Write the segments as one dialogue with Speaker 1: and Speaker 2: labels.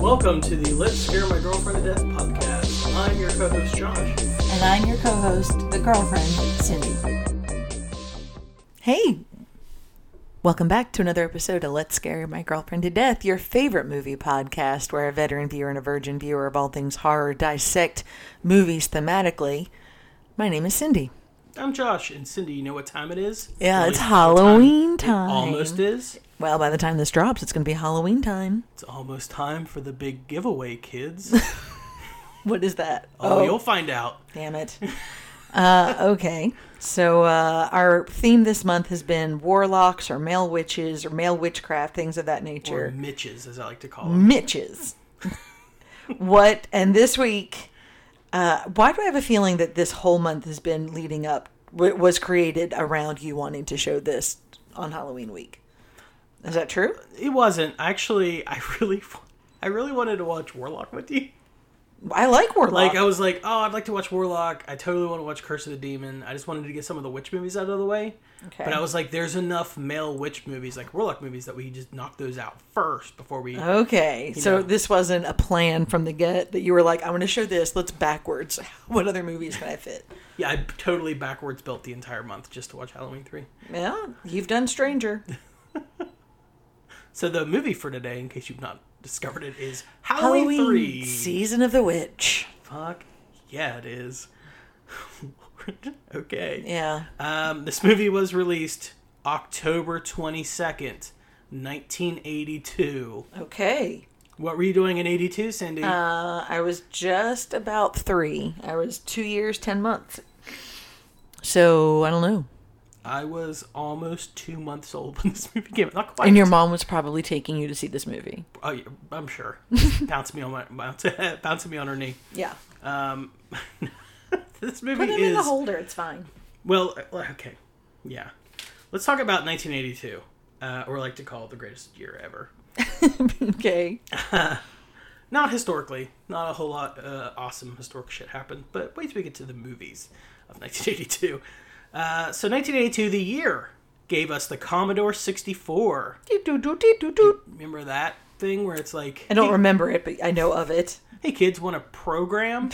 Speaker 1: Welcome to the Let's Scare My Girlfriend to Death podcast. I'm your co host, Josh.
Speaker 2: And I'm your co host, the girlfriend, Cindy. Hey, welcome back to another episode of Let's Scare My Girlfriend to Death, your favorite movie podcast where a veteran viewer and a virgin viewer of all things horror dissect movies thematically. My name is Cindy.
Speaker 1: I'm Josh, and Cindy, you know what time it is?
Speaker 2: Yeah,
Speaker 1: Well,
Speaker 2: it's
Speaker 1: the
Speaker 2: Halloween time.
Speaker 1: It almost is.
Speaker 2: Well, by the time this drops, it's going to be Halloween time.
Speaker 1: It's almost time for the big giveaway, kids.
Speaker 2: What is that?
Speaker 1: Oh, you'll find out.
Speaker 2: Damn it. Uh, okay. So uh, our theme this month has been warlocks or male witches or male witchcraft, things of that
Speaker 1: Or
Speaker 2: nature.
Speaker 1: Mitches, as I like to call them.
Speaker 2: Mitches. what? And this week, uh, why do I have a feeling that this whole month has been leading up, w- was created around you wanting to show this on Halloween week? Is that true?
Speaker 1: It wasn't. Actually, I really. I really wanted to watch Warlock with you.
Speaker 2: I like warlock.
Speaker 1: Like, I was like, oh, I'd like to watch Warlock. I totally want to watch Curse of the Demon. I just wanted to get some of the witch movies out of the way.
Speaker 2: okay.
Speaker 1: But I was like, there's enough male witch movies, like Warlock movies, that we just knock those out first before we.
Speaker 2: Uh-huh. Okay, so
Speaker 1: know.
Speaker 2: this wasn't a plan from the get that you were like, I want to show this. Let's backwards. What other movies can I fit?
Speaker 1: Yeah, I totally backwards built the entire month just to watch Halloween 3.
Speaker 2: Yeah, you've done Stranger.
Speaker 1: So the movie for today, in case you've not discovered it, is Halloween,
Speaker 2: Halloween
Speaker 1: 3.
Speaker 2: season of the witch.
Speaker 1: Fuck. Yeah, it is. okay.
Speaker 2: Yeah,
Speaker 1: Um, this movie was released October 22nd, 1982.
Speaker 2: okay.
Speaker 1: What were you doing in 82, Cindy?
Speaker 2: Uh, I was just about three. I was two years, ten months. So I don't know.
Speaker 1: I was almost two months old when this movie came out. Not quite.
Speaker 2: And your mom was probably taking you to see this movie.
Speaker 1: Oh, yeah, I'm sure. Bounce me on my bounce, bouncing me on her knee.
Speaker 2: Yeah,
Speaker 1: Um, this movie
Speaker 2: put it
Speaker 1: is
Speaker 2: in the holder. It's fine.
Speaker 1: well. uh, Okay, yeah. Let's talk about 1982, uh, or like to call it the greatest year ever.
Speaker 2: okay.
Speaker 1: Not historically, not a whole lot uh, awesome historic shit happened, but wait till we get to the movies of 1982. Uh, so 1982, the year gave us the Commodore 64. Remember that thing where it's like,
Speaker 2: I don't remember it, but I know of it.
Speaker 1: hey kids, want a program?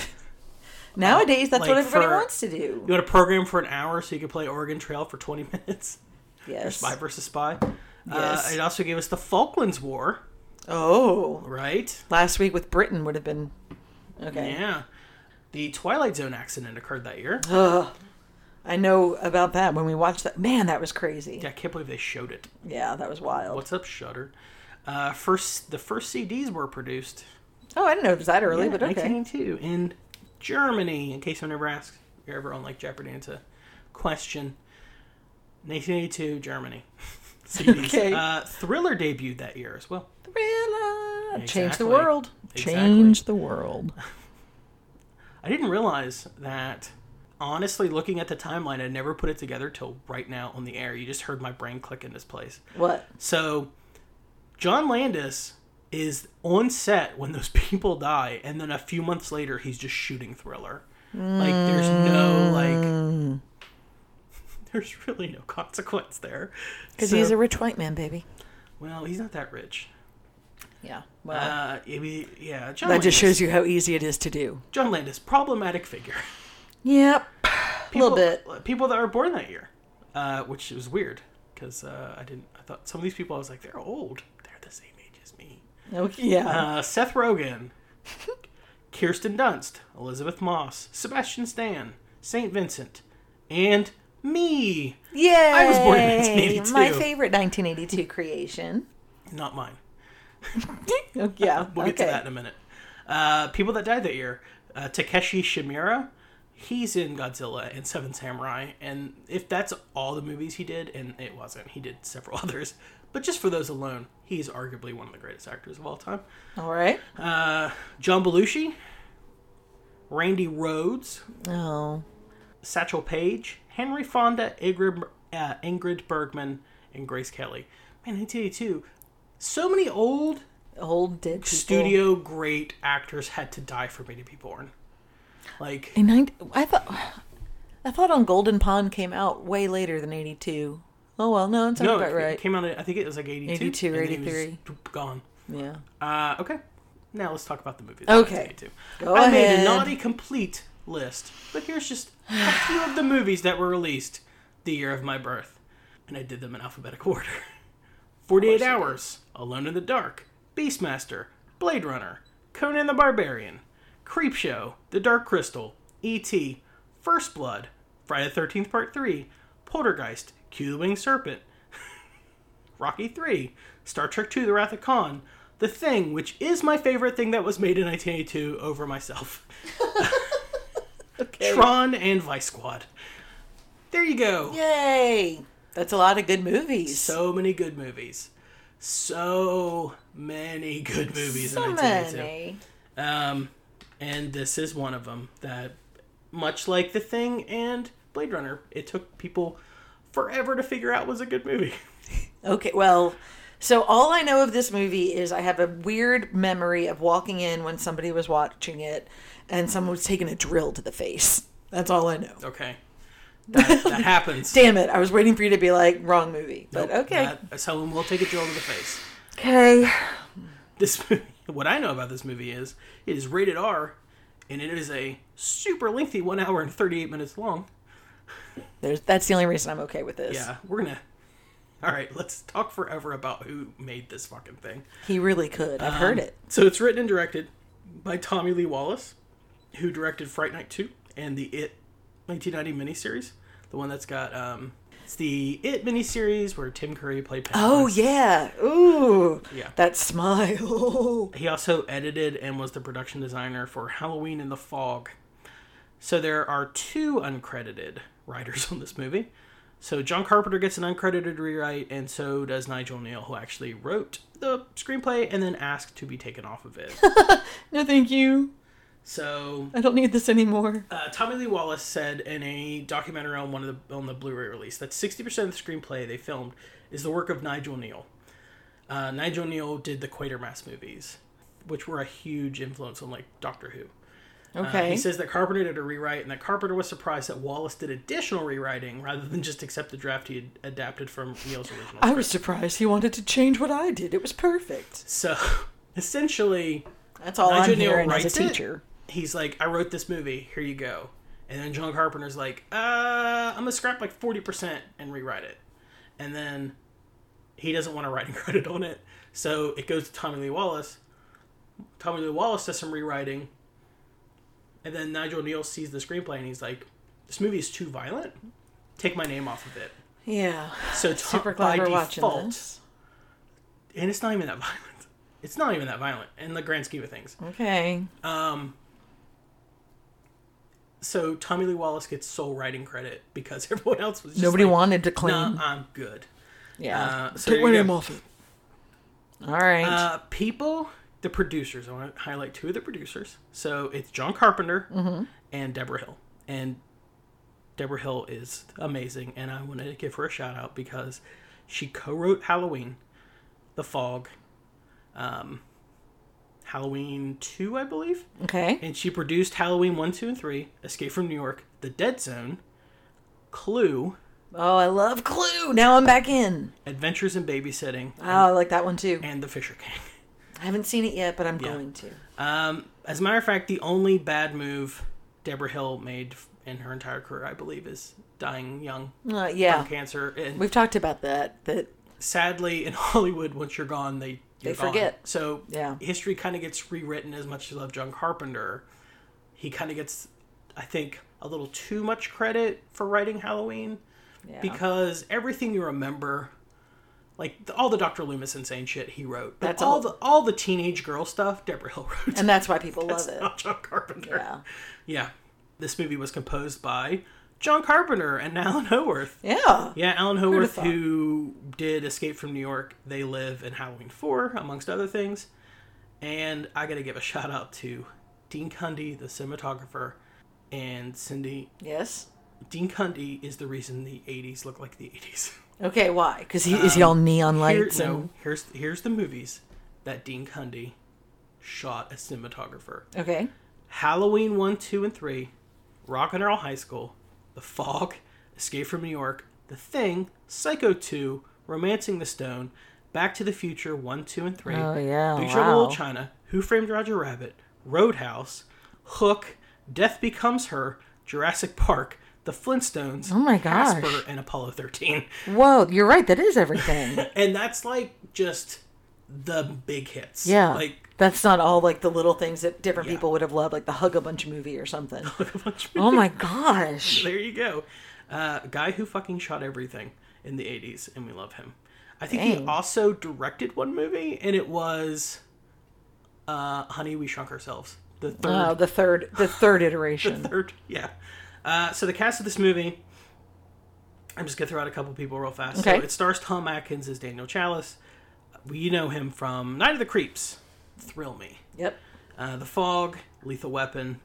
Speaker 2: Nowadays, that's
Speaker 1: Like
Speaker 2: what everybody
Speaker 1: for-
Speaker 2: wants to do.
Speaker 1: You want a program for an hour so you can play Oregon Trail for 20 minutes?
Speaker 2: Yes.
Speaker 1: Spy versus Spy.
Speaker 2: Yes.
Speaker 1: Uh, it also gave us the Falklands War,
Speaker 2: Oh,
Speaker 1: right?
Speaker 2: last week with Britain would have been okay.
Speaker 1: Yeah. The Twilight Zone accident occurred that year.
Speaker 2: Ugh. I know about that when we watched that. Man, that was crazy.
Speaker 1: Yeah, I can't believe they showed it.
Speaker 2: Yeah, that was wild.
Speaker 1: What's up, Shudder? Uh, first, the first CDs were produced.
Speaker 2: Oh, I didn't know it was that early,
Speaker 1: Yeah,
Speaker 2: but okay.
Speaker 1: 1982 in Germany. In case someone ever asks, if you're ever on like Jeopardy, it's a question. 1982 Germany. CDs.
Speaker 2: Okay.
Speaker 1: Uh, Thriller debuted that year as well.
Speaker 2: Thriller. Change
Speaker 1: Exactly.
Speaker 2: the world.
Speaker 1: Exactly.
Speaker 2: Change the world.
Speaker 1: I didn't realize that. Honestly, looking at the timeline, I never put it together till right now on the air. You just heard my brain click in this place.
Speaker 2: What?
Speaker 1: So, John Landis is on set when those people die, and then a few months later, he's just shooting Thriller. Like, there's no like, there's really no consequence there.
Speaker 2: Because
Speaker 1: So-
Speaker 2: he's a rich white man, baby.
Speaker 1: well, he's not that rich.
Speaker 2: Yeah. Well,
Speaker 1: Uh, it be- yeah, John
Speaker 2: that
Speaker 1: Landis,
Speaker 2: just shows you how easy it is to do.
Speaker 1: John Landis, problematic figure.
Speaker 2: Yep. A little bit.
Speaker 1: People that were born that year, uh, which was weird because uh, I didn't. I thought some of these people I was like, they're old. They're the same age as me.
Speaker 2: Okay. Yeah.
Speaker 1: Uh, Seth Rogen, Kirsten Dunst, Elizabeth Moss, Sebastian Stan, Saint Vincent, and me.
Speaker 2: Yeah.
Speaker 1: was born in 1982.
Speaker 2: My favorite 1982 creation.
Speaker 1: Not mine.
Speaker 2: Oh, yeah.
Speaker 1: We'll
Speaker 2: okay.
Speaker 1: get to that in a minute. Uh, people that died that year: uh, Takeshi Shimura. He's in Godzilla and Seven Samurai, and if that's all the movies he did, and it wasn't, he did several others. But just for those alone, he's arguably one of the greatest actors of all time.
Speaker 2: All right.
Speaker 1: Uh, John Belushi, Randy Rhodes,
Speaker 2: Oh.
Speaker 1: Satchel Paige, Henry Fonda, Ingrid, uh, Ingrid Bergman, and Grace Kelly. Man, 1982. So many old
Speaker 2: Old dead people.
Speaker 1: studio great actors had to die for me to be born. Like,
Speaker 2: In 90, I thought I thought on Golden Pond came out way later than 82. Oh well, no, it's not
Speaker 1: no,
Speaker 2: about
Speaker 1: it
Speaker 2: right.
Speaker 1: came out, in- I think it was like 82.
Speaker 2: 82 or
Speaker 1: and he was
Speaker 2: 83.
Speaker 1: Gone.
Speaker 2: yeah.
Speaker 1: Uh, okay. Now let's talk about the movies.
Speaker 2: Okay.
Speaker 1: I,
Speaker 2: Go
Speaker 1: I made a
Speaker 2: ahead.
Speaker 1: naughty complete list, but here's just a few of the movies that were released the year of my birth, and I did them in alphabetical order. Forty-eight Hours, Alone in the Dark, Beastmaster, Blade Runner, Conan the Barbarian, Creepshow, The Dark Crystal, E.T., First Blood, Friday the Thirteenth Part Three, Poltergeist, Q the Winged Serpent, Rocky 3, Star Trek 2 The Wrath of Khan, The Thing, which is my favorite thing that was made in 1982 over myself,
Speaker 2: Okay.
Speaker 1: Tron and Vice Squad. There you go.
Speaker 2: Yay! That's a lot of good movies.
Speaker 1: So many good movies. So many good movies
Speaker 2: So
Speaker 1: in 1982.
Speaker 2: many.
Speaker 1: Um, and this is one of them that, much like The Thing and Blade Runner, it took people forever to figure out was a good movie.
Speaker 2: Okay, well, so all I know of this movie is I have a weird memory of walking in when somebody was watching it and someone was taking a drill to the face. That's all I know.
Speaker 1: Okay. That, that happens.
Speaker 2: Damn it, I was waiting for you to be like, wrong movie. But
Speaker 1: Nope,
Speaker 2: okay.
Speaker 1: that- someone will take a drill to the face.
Speaker 2: Okay.
Speaker 1: This movie, what I know about this movie is it is rated R, and it is a super lengthy one hour and thirty eight minutes long.
Speaker 2: There's, that's the only reason I'm okay with this.
Speaker 1: Yeah, we're gonna. All right, let's talk forever about who made this fucking thing.
Speaker 2: He really could. I've heard
Speaker 1: Um,
Speaker 2: it.
Speaker 1: So it's written and directed by Tommy Lee Wallace, who directed Fright Night 2 and the It 1990 miniseries. The one that's got, um, it's the It miniseries where Tim Curry played
Speaker 2: Oh,
Speaker 1: Pennywise.
Speaker 2: yeah. Ooh.
Speaker 1: Yeah.
Speaker 2: That smile.
Speaker 1: He also edited and was the production designer for Halloween and the Fog. So there are two uncredited writers on this movie. So John Carpenter gets an uncredited rewrite, and so does Nigel Neal, who actually wrote the screenplay and then asked to be taken off of it.
Speaker 2: no, thank you.
Speaker 1: so
Speaker 2: I don't need this anymore.
Speaker 1: uh, Tommy Lee Wallace said in a documentary on one of the on the Blu-ray release that 60% of the screenplay they filmed is the work of Nigel Neal. Uh, Nigel Neal did the Quatermass movies, which were a huge influence on like Doctor Who. Uh,
Speaker 2: Okay.
Speaker 1: he says that Carpenter did a rewrite, and that Carpenter was surprised that Wallace did additional rewriting rather than just accept the draft he had adapted from Neal's original.
Speaker 2: I was surprised he wanted to change what I did. It was perfect.
Speaker 1: so essentially,
Speaker 2: That's all
Speaker 1: Nigel
Speaker 2: I'm
Speaker 1: Neal
Speaker 2: hearing as a
Speaker 1: writes it?
Speaker 2: teacher.
Speaker 1: he's like, I wrote this movie, here you go. And then John Carpenter's like, uh, I'm gonna scrap like 40% and rewrite it. And then he doesn't want a writing credit on it. So it goes to Tommy Lee Wallace. Tommy Lee Wallace does some rewriting. And then Nigel Neal sees the screenplay and he's like, this movie is too violent. Take my name off of it.
Speaker 2: Yeah.
Speaker 1: So to-
Speaker 2: Super glad
Speaker 1: by
Speaker 2: we're watching
Speaker 1: default,
Speaker 2: this.
Speaker 1: and it's not even that violent. It's not even that violent in the grand scheme of things.
Speaker 2: Okay.
Speaker 1: Um, so Tommy Lee Wallace gets sole writing credit because everyone else was just
Speaker 2: Nobody
Speaker 1: like,
Speaker 2: wanted to
Speaker 1: "Nah,
Speaker 2: claim.
Speaker 1: I'm good.
Speaker 2: yeah.
Speaker 1: uh, so
Speaker 2: Take
Speaker 1: there
Speaker 2: my
Speaker 1: you
Speaker 2: name
Speaker 1: go.
Speaker 2: off it. All right.
Speaker 1: Uh, people, the producers. I want to highlight two of the producers. So it's John Carpenter
Speaker 2: Mm-hmm.
Speaker 1: and Deborah Hill. And Deborah Hill is amazing, and I wanted to give her a shout out because she co-wrote Halloween, The Fog, um, Halloween Two, I believe.
Speaker 2: okay.
Speaker 1: and she produced Halloween 1, 2, and 3, Escape from New York, The Dead Zone, Clue,
Speaker 2: Oh, I love Clue. Now I'm back in.
Speaker 1: Adventures in Babysitting,
Speaker 2: Oh, I like that one too.
Speaker 1: and The Fisher King.
Speaker 2: I haven't seen it yet, but I'm going to.
Speaker 1: Um, as a matter of fact, the only bad move Deborah Hill made f- in her entire career, I believe, is dying young
Speaker 2: Uh,
Speaker 1: from
Speaker 2: yeah.
Speaker 1: cancer. And
Speaker 2: We've talked about that. That
Speaker 1: sadly, in Hollywood, once you're gone, they you're
Speaker 2: They forget.
Speaker 1: gone. So
Speaker 2: Yeah.
Speaker 1: history kind of gets rewritten as much as I love John Carpenter. He kind of gets, I think, a little too much credit for writing Halloween.
Speaker 2: yeah.
Speaker 1: because everything you remember like the, all the dr loomis insane shit he wrote but
Speaker 2: That's
Speaker 1: all
Speaker 2: all-
Speaker 1: the all the teenage girl stuff deborah hill wrote
Speaker 2: and that's why people
Speaker 1: It's
Speaker 2: love it.
Speaker 1: not john carpenter
Speaker 2: Uh, Yeah.
Speaker 1: Yeah. this movie was composed by john carpenter and alan howarth
Speaker 2: Yeah.
Speaker 1: yeah alan howarth
Speaker 2: thought?
Speaker 1: who did escape from new york they live and halloween 4 amongst other things and i gotta give a shout out to dean cundy the cinematographer and cindy
Speaker 2: Yes.
Speaker 1: dean cundy is the reason the 80s look like the 80s
Speaker 2: Okay. Why? Because he is he all neon
Speaker 1: Um, Here,
Speaker 2: lights?
Speaker 1: no, here's here's the movies that Dean Cundy shot as cinematographer:
Speaker 2: and- Okay.
Speaker 1: Halloween one, two, and three, Rock and Roll High School, The Fog, Escape from New York, The Thing, Psycho two, Romancing the Stone, Back to the Future 1, 2, and 3,
Speaker 2: Oh, yeah,
Speaker 1: Big Trouble in Little
Speaker 2: wow.
Speaker 1: China, Who Framed Roger Rabbit, Roadhouse, Hook, Death Becomes Her, Jurassic Park, The Flintstones,
Speaker 2: Oh my gosh.
Speaker 1: Casper, and Apollo 13.
Speaker 2: Whoa, you're right. That is everything.
Speaker 1: And that's like just the big hits.
Speaker 2: Yeah.
Speaker 1: Like
Speaker 2: that's not all like the little things that different
Speaker 1: Yeah.
Speaker 2: people would have loved, like the Hug a Bunch movie or something.
Speaker 1: a bunch of
Speaker 2: oh my gosh.
Speaker 1: there you go. Uh, guy who fucking shot everything in the 80s, and we love him. I think he
Speaker 2: Dang.
Speaker 1: also directed one movie, and it was uh, Honey, We Shrunk Ourselves. The third.
Speaker 2: Oh, the third, the third iteration.
Speaker 1: third, yeah. Uh, so the cast of this movie, I'm just going to throw out a couple people real fast.
Speaker 2: Okay.
Speaker 1: So it stars Tom Atkins as Daniel Chalice. We know him from Night of the Creeps, Thrill Me,
Speaker 2: Yep.
Speaker 1: uh, The Fog, Lethal Weapon,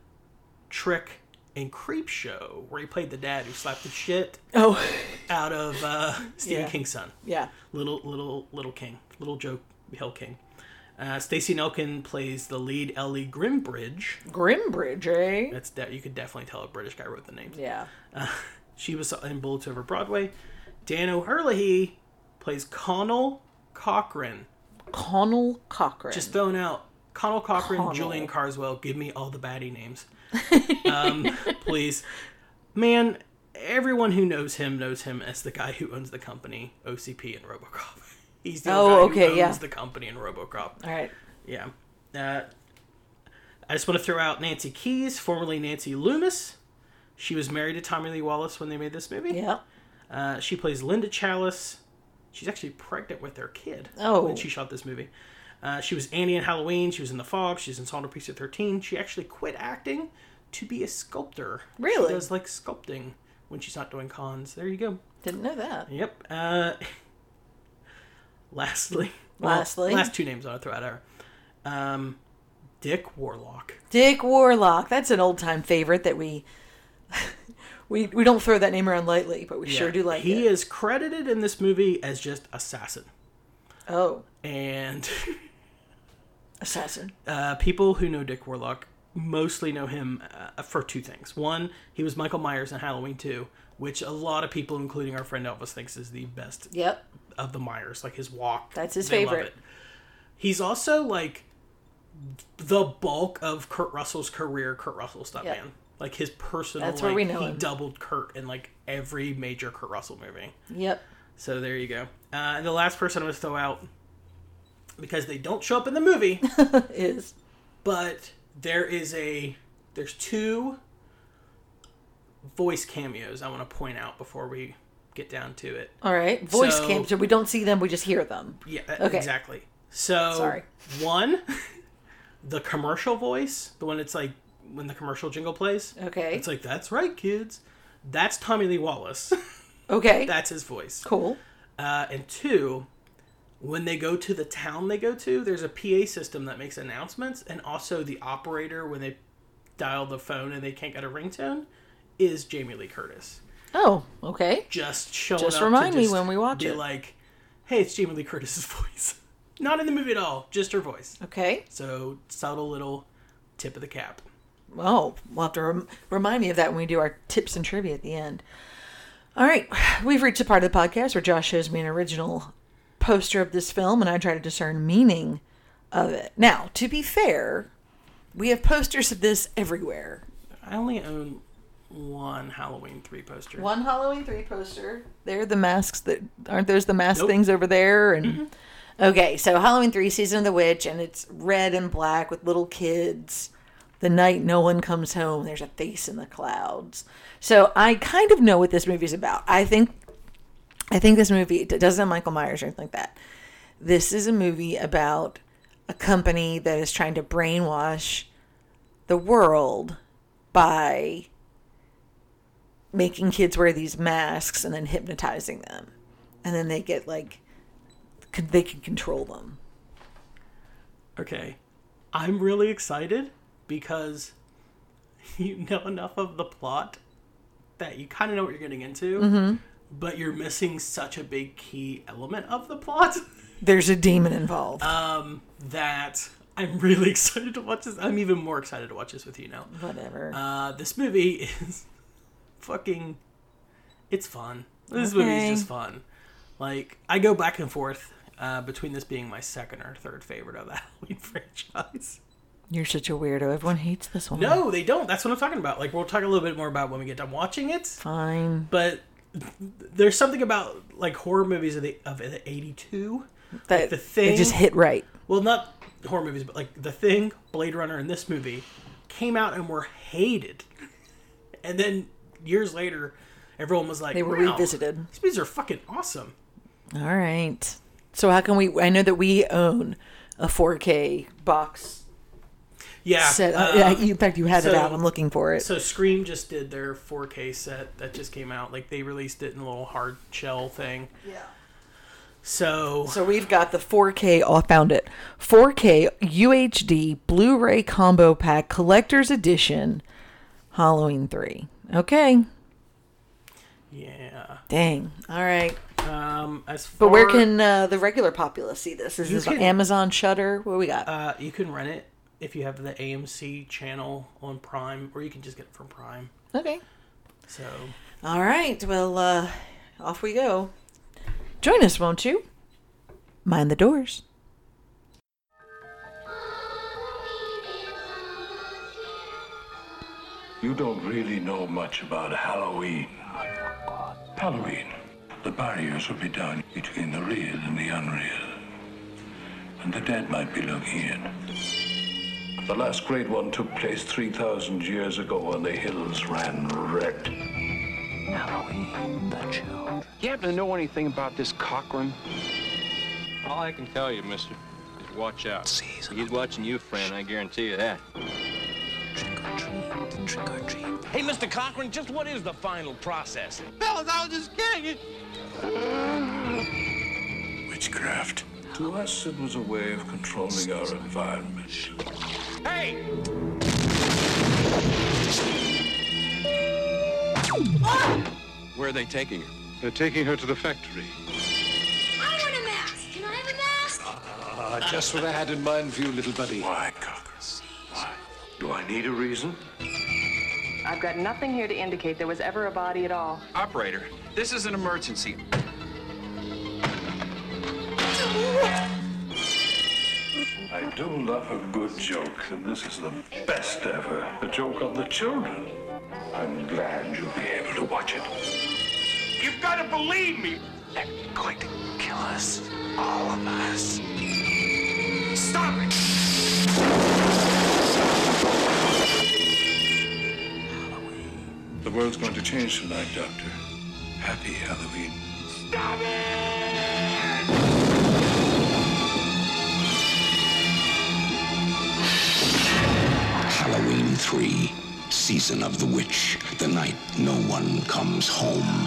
Speaker 1: Trick, and Creep Show, where he played the dad who slapped the shit
Speaker 2: Oh,
Speaker 1: out of uh, Stephen
Speaker 2: Yeah.
Speaker 1: King's son,
Speaker 2: yeah.
Speaker 1: little little little King, little Joe Hill King. Uh, Stacy Nelkin plays the lead Ellie Grimbridge.
Speaker 2: Grimbridge, eh?
Speaker 1: That's de- you could definitely tell a British guy wrote the name.
Speaker 2: Yeah.
Speaker 1: She was in Bullets Over Broadway. Dan O'Herlihy plays Connell Cochran.
Speaker 2: Connell Cochran.
Speaker 1: Just throwing out Connell Cochran,
Speaker 2: Connell.
Speaker 1: Julian Carswell. Give me all the baddie names, um, please. Man, everyone who knows him knows him as the guy who owns the company OCP and RoboCop. He's the
Speaker 2: Oh,
Speaker 1: old guy
Speaker 2: okay,
Speaker 1: who owns
Speaker 2: yeah.
Speaker 1: the company in RoboCop.
Speaker 2: all right.
Speaker 1: Yeah. Uh, I just want to throw out Nancy Keys, formerly Nancy Loomis. She was married to Tommy Lee Wallace when they made this movie.
Speaker 2: Yeah.
Speaker 1: Uh, she plays Linda Chalice. She's actually pregnant with their kid
Speaker 2: Oh.
Speaker 1: when she shot this movie. Uh, she was Annie in Halloween. She was in The Fog. She's in Saunders Piece of 13. She actually quit acting to be a sculptor.
Speaker 2: Really?
Speaker 1: She does like sculpting when she's not doing cons. There you go.
Speaker 2: Didn't know that.
Speaker 1: Yep. Uh, lastly.
Speaker 2: Lastly?
Speaker 1: Last two names I want to throw out are um, Dick Warlock.
Speaker 2: Dick Warlock. That's an old time favorite that we we we don't throw that name around lightly, but we sure
Speaker 1: Yeah.
Speaker 2: do like
Speaker 1: He
Speaker 2: it.
Speaker 1: is credited in this movie as just assassin.
Speaker 2: Oh,
Speaker 1: And.
Speaker 2: assassin.
Speaker 1: uh, people who know Dick Warlock mostly know him uh, for two things. One, he was Michael Myers in Halloween 2, which a lot of people, including our friend Elvis, thinks is the best
Speaker 2: Yep.
Speaker 1: of the Myers. Like his walk,
Speaker 2: That's his
Speaker 1: they love
Speaker 2: favorite.
Speaker 1: it. He's also like the bulk of Kurt Russell's career. Kurt Russell stuntman,
Speaker 2: Yep.
Speaker 1: like his personal.
Speaker 2: That's where
Speaker 1: like,
Speaker 2: we know
Speaker 1: he
Speaker 2: him.
Speaker 1: doubled Kurt in like every major Kurt Russell movie.
Speaker 2: Yep.
Speaker 1: So there you go. Uh, and the last person I'm going to throw out because they don't show up in the movie
Speaker 2: Is
Speaker 1: but there is a there's two voice cameos I want to point out before we get down to it.
Speaker 2: all right. Voice
Speaker 1: So-
Speaker 2: cam. So we don't see them. We just hear them.
Speaker 1: Yeah, that-
Speaker 2: Okay.
Speaker 1: exactly. So
Speaker 2: Sorry.
Speaker 1: one, the commercial voice, the one that's like when the commercial jingle plays.
Speaker 2: Okay.
Speaker 1: It's like that's right, kids. That's Tommy Lee Wallace.
Speaker 2: okay.
Speaker 1: that's his voice.
Speaker 2: cool.
Speaker 1: Uh, and two, when they go to the town they go to, there's a PA system that makes announcements, and also the operator when they dial the phone and they can't get a ringtone is Jamie Lee Curtis.
Speaker 2: Oh, okay.
Speaker 1: Just showing
Speaker 2: Just
Speaker 1: up to
Speaker 2: remind me
Speaker 1: just
Speaker 2: when we watch
Speaker 1: be
Speaker 2: it.
Speaker 1: like, hey, it's Jamie Lee Curtis's voice. Not in the movie at all, just her voice.
Speaker 2: Okay.
Speaker 1: So subtle little tip of the cap.
Speaker 2: Oh, we'll have to rem- remind me of that when we do our tips and trivia at the end. All right, we've reached a part of the podcast where Josh shows me an original poster of this film and I try to discern meaning of it. Now, to be fair, we have posters of this everywhere.
Speaker 1: I only own one Halloween three poster.
Speaker 2: One Halloween 3 poster. They're the masks that aren't those the mask
Speaker 1: Nope.
Speaker 2: things over there and Mm-hmm. Okay, so Halloween 3 Season of the Witch and it's red and black with little kids. The night no one comes home, there's a face in the clouds. So I kind of know what this movie's about. I think I think this movie it doesn't have Michael Myers or anything like that. This is a movie about a company that is trying to brainwash the world by making kids wear these masks and then hypnotizing them. And then they get like c- they can control them.
Speaker 1: Okay. I'm really excited because you know enough of the plot that you kind of know what you're getting into, but you're missing such a big key element of the plot
Speaker 2: There's a demon involved.
Speaker 1: um, that I'm really excited to watch this. I'm even more excited to watch this with you now.
Speaker 2: Whatever.
Speaker 1: Uh, this movie is fucking. It's fun. This movie
Speaker 2: Okay.
Speaker 1: is just fun. Like I go back and forth. uh, between this being my second or third favorite of the Halloween franchise.
Speaker 2: You're such a weirdo. Everyone hates this one.
Speaker 1: No, they don't. That's what I'm talking about. Like we'll talk a little bit more about when we get done watching it.
Speaker 2: Fine.
Speaker 1: But there's something about like horror movies of the of the '82.
Speaker 2: That
Speaker 1: the thing-
Speaker 2: It just hit right.
Speaker 1: Well, not horror movies, but like The Thing, Blade Runner, and this movie came out and were hated. And then years later, everyone was like,
Speaker 2: They were
Speaker 1: "Wow,
Speaker 2: revisited.
Speaker 1: These movies are fucking awesome.
Speaker 2: All right. So how can we? I know that we own a 4K box
Speaker 1: Yeah.
Speaker 2: set.
Speaker 1: uh,
Speaker 2: yeah, you- in fact, you had it
Speaker 1: so-
Speaker 2: out. I'm looking for it.
Speaker 1: So Scream just did their 4K set that just came out. Like they released it in a little hard shell thing.
Speaker 2: yeah.
Speaker 1: So
Speaker 2: So we've got the 4K. Oh, I found it. 4K UHD Blu-ray combo pack collector's edition, Halloween three. Okay.
Speaker 1: yeah.
Speaker 2: Dang. All right.
Speaker 1: Um, as
Speaker 2: But
Speaker 1: far,
Speaker 2: where can uh, the regular populace see this? Is
Speaker 1: You
Speaker 2: this
Speaker 1: can-
Speaker 2: on Amazon Shutter? What we got?
Speaker 1: uh, you can rent it if you have the AMC channel on Prime, or you can just get it from Prime.
Speaker 2: okay.
Speaker 1: So
Speaker 2: All right. Well, uh, off we go. Join us, won't you? Mind the doors.
Speaker 3: You don't really know much about Halloween. Halloween. The barriers will be down between the real and the unreal. And the dead might be looking in. The last great one took place 3,000 years ago and the hills ran red. Halloween, the children.
Speaker 4: You happen to know anything about this Cochrane?
Speaker 5: All I can tell you, mister, is watch out.
Speaker 3: Season.
Speaker 5: He's watching you, friend. I guarantee you that.
Speaker 3: Trick or treat, trick or treat.
Speaker 6: Hey, Mr. Cochran, just what is the final process?
Speaker 3: Witchcraft. To us, it was a way of controlling our environment.
Speaker 6: Hey!
Speaker 5: Where are they taking her?
Speaker 7: They're taking her to the factory.
Speaker 8: I want a mask. Can I have a mask?
Speaker 7: just what I had in mind for you, little buddy.
Speaker 3: Why, Cocker? Why? Do I need a reason?
Speaker 9: I've got nothing here to indicate there was ever a body at all.
Speaker 4: Operator, this is an emergency.
Speaker 3: I do love a good joke, and this is the best ever. A joke on the children. I'm glad you'll be able to watch it.
Speaker 6: You've got to believe me!
Speaker 3: They're going to kill us. All of us.
Speaker 6: Stop it!
Speaker 3: The world's going to change tonight, Doctor. Happy Halloween.
Speaker 10: Halloween 3, Season of the Witch, the night no one comes home.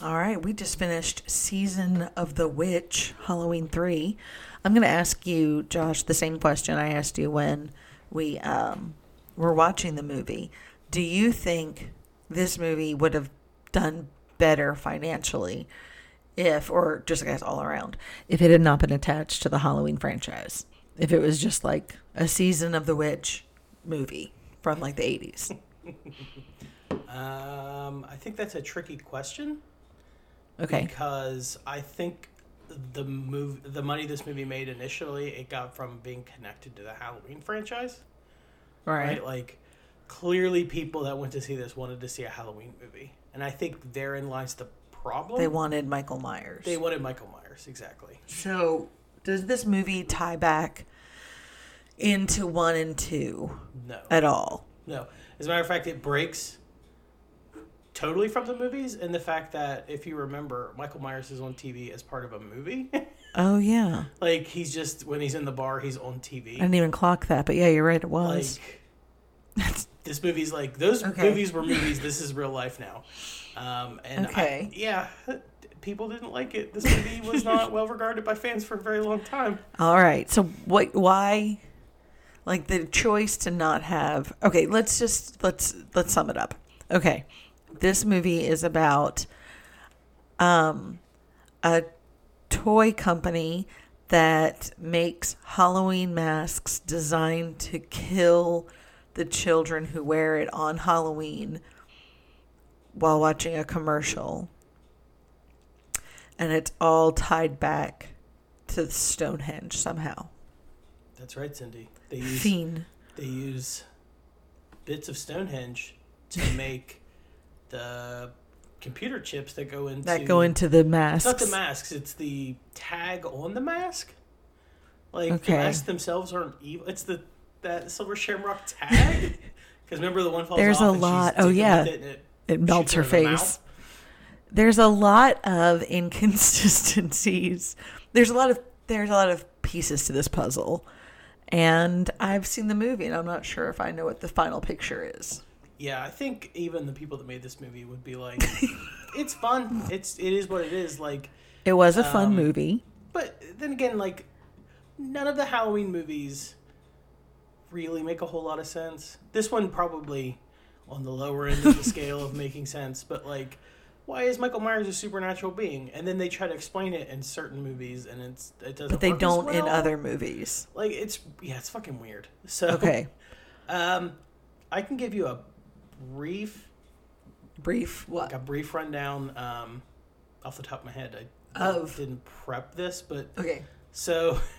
Speaker 2: All right, we just finished Season of the Witch, Halloween 3. I'm going to ask you, Josh, the same question I asked you when we um, were watching the movie. Do you think this movie would have done better financially if, or just I guess all around, if it had not been attached to the Halloween franchise? If it was just like a Season of the Witch movie from like the 80s?
Speaker 1: um, I think that's a tricky question.
Speaker 2: Okay.
Speaker 1: because I think the move the money this movie made initially it got from being connected to the Halloween franchise,
Speaker 2: All
Speaker 1: right?
Speaker 2: right.
Speaker 1: Like clearly people that went to see this wanted to see a Halloween movie. And I think therein lies the problem.
Speaker 2: They wanted Michael Myers.
Speaker 1: they wanted Michael Myers, exactly.
Speaker 2: So, does this movie tie back into one and two
Speaker 1: No.
Speaker 2: at all?
Speaker 1: No. As a matter of fact, it breaks totally from the movies and the fact that if you remember Michael Myers is on TV as part of a movie.
Speaker 2: Oh yeah,
Speaker 1: like he's just when he's in the bar, he's on TV.
Speaker 2: I didn't even clock that, but yeah, you're right. It was.
Speaker 1: like this movie's like those
Speaker 2: Okay.
Speaker 1: movies were movies this is real life now um and I-
Speaker 2: Okay.
Speaker 1: yeah people didn't like it this movie was not well regarded by fans for a very long time
Speaker 2: all right. So what? Why? Like the choice to not have. Okay, let's just let's let's sum it up. Okay, this movie is about um a toy company that makes Halloween masks designed to kill the children who wear it on Halloween while watching a commercial, and it's all tied back to Stonehenge somehow.
Speaker 1: That's right, Cindy. They use
Speaker 2: Fiend.
Speaker 1: they use bits of Stonehenge to make the computer chips that go into
Speaker 2: That go into the
Speaker 1: It's
Speaker 2: masks.
Speaker 1: not the masks; it's the tag on the mask. Like
Speaker 2: Okay.
Speaker 1: the masks themselves aren't evil. It's the that silver shamrock tag. Because remember the one falls
Speaker 2: There's
Speaker 1: off
Speaker 2: a
Speaker 1: and she's
Speaker 2: lot. Oh
Speaker 1: digging
Speaker 2: yeah,
Speaker 1: with it, and it
Speaker 2: it melts her
Speaker 1: shoots out of
Speaker 2: face. There's a lot of inconsistencies. There's a lot of there's a lot of pieces to this puzzle, and I've seen the movie, and I'm not sure if I know what the final picture is.
Speaker 1: Yeah, I think even the people that made this movie would be like, "It's fun. It's it is what it is." Like,
Speaker 2: It was a fun
Speaker 1: Um,
Speaker 2: movie.
Speaker 1: but then again, like, none of the Halloween movies really make a whole lot of sense. This one probably on the lower end of the scale of making sense, but like, why is Michael Myers a supernatural being? And then they try to explain it in certain movies, and it's it doesn't.
Speaker 2: But they
Speaker 1: work as
Speaker 2: don't in
Speaker 1: well. Oh.
Speaker 2: other movies.
Speaker 1: Like, it's yeah, it's fucking weird. So
Speaker 2: Okay,
Speaker 1: um, I can give you a brief
Speaker 2: brief. What?
Speaker 1: like a brief rundown um, off the top of my head. I
Speaker 2: Of.
Speaker 1: didn't prep this, but
Speaker 2: Okay.
Speaker 1: so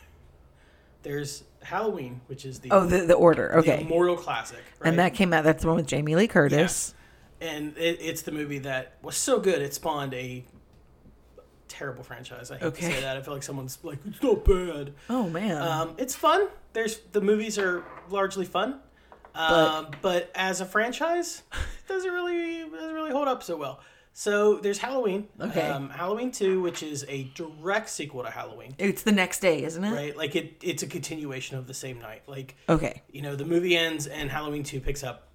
Speaker 1: there's Halloween, which is the,
Speaker 2: Oh, the the order.
Speaker 1: the
Speaker 2: Okay,
Speaker 1: immortal classic, right?
Speaker 2: and that came out. That's the one with Jamie Lee Curtis.
Speaker 1: and it, it's the movie that was so good it spawned a terrible franchise. I hate
Speaker 2: Okay.
Speaker 1: to say that. I feel like someone's like it's not bad.
Speaker 2: Oh man.
Speaker 1: Um, it's fun. There's the movies are largely fun, um, but, as a franchise, it doesn't really it doesn't really hold up so well. So there's Halloween.
Speaker 2: Okay.
Speaker 1: Um, Halloween two, which is a direct sequel to Halloween,
Speaker 2: it's the next day, isn't it?
Speaker 1: right? Like it, it's a continuation of the same night. Like
Speaker 2: Okay.
Speaker 1: you know, the movie ends and Halloween two picks up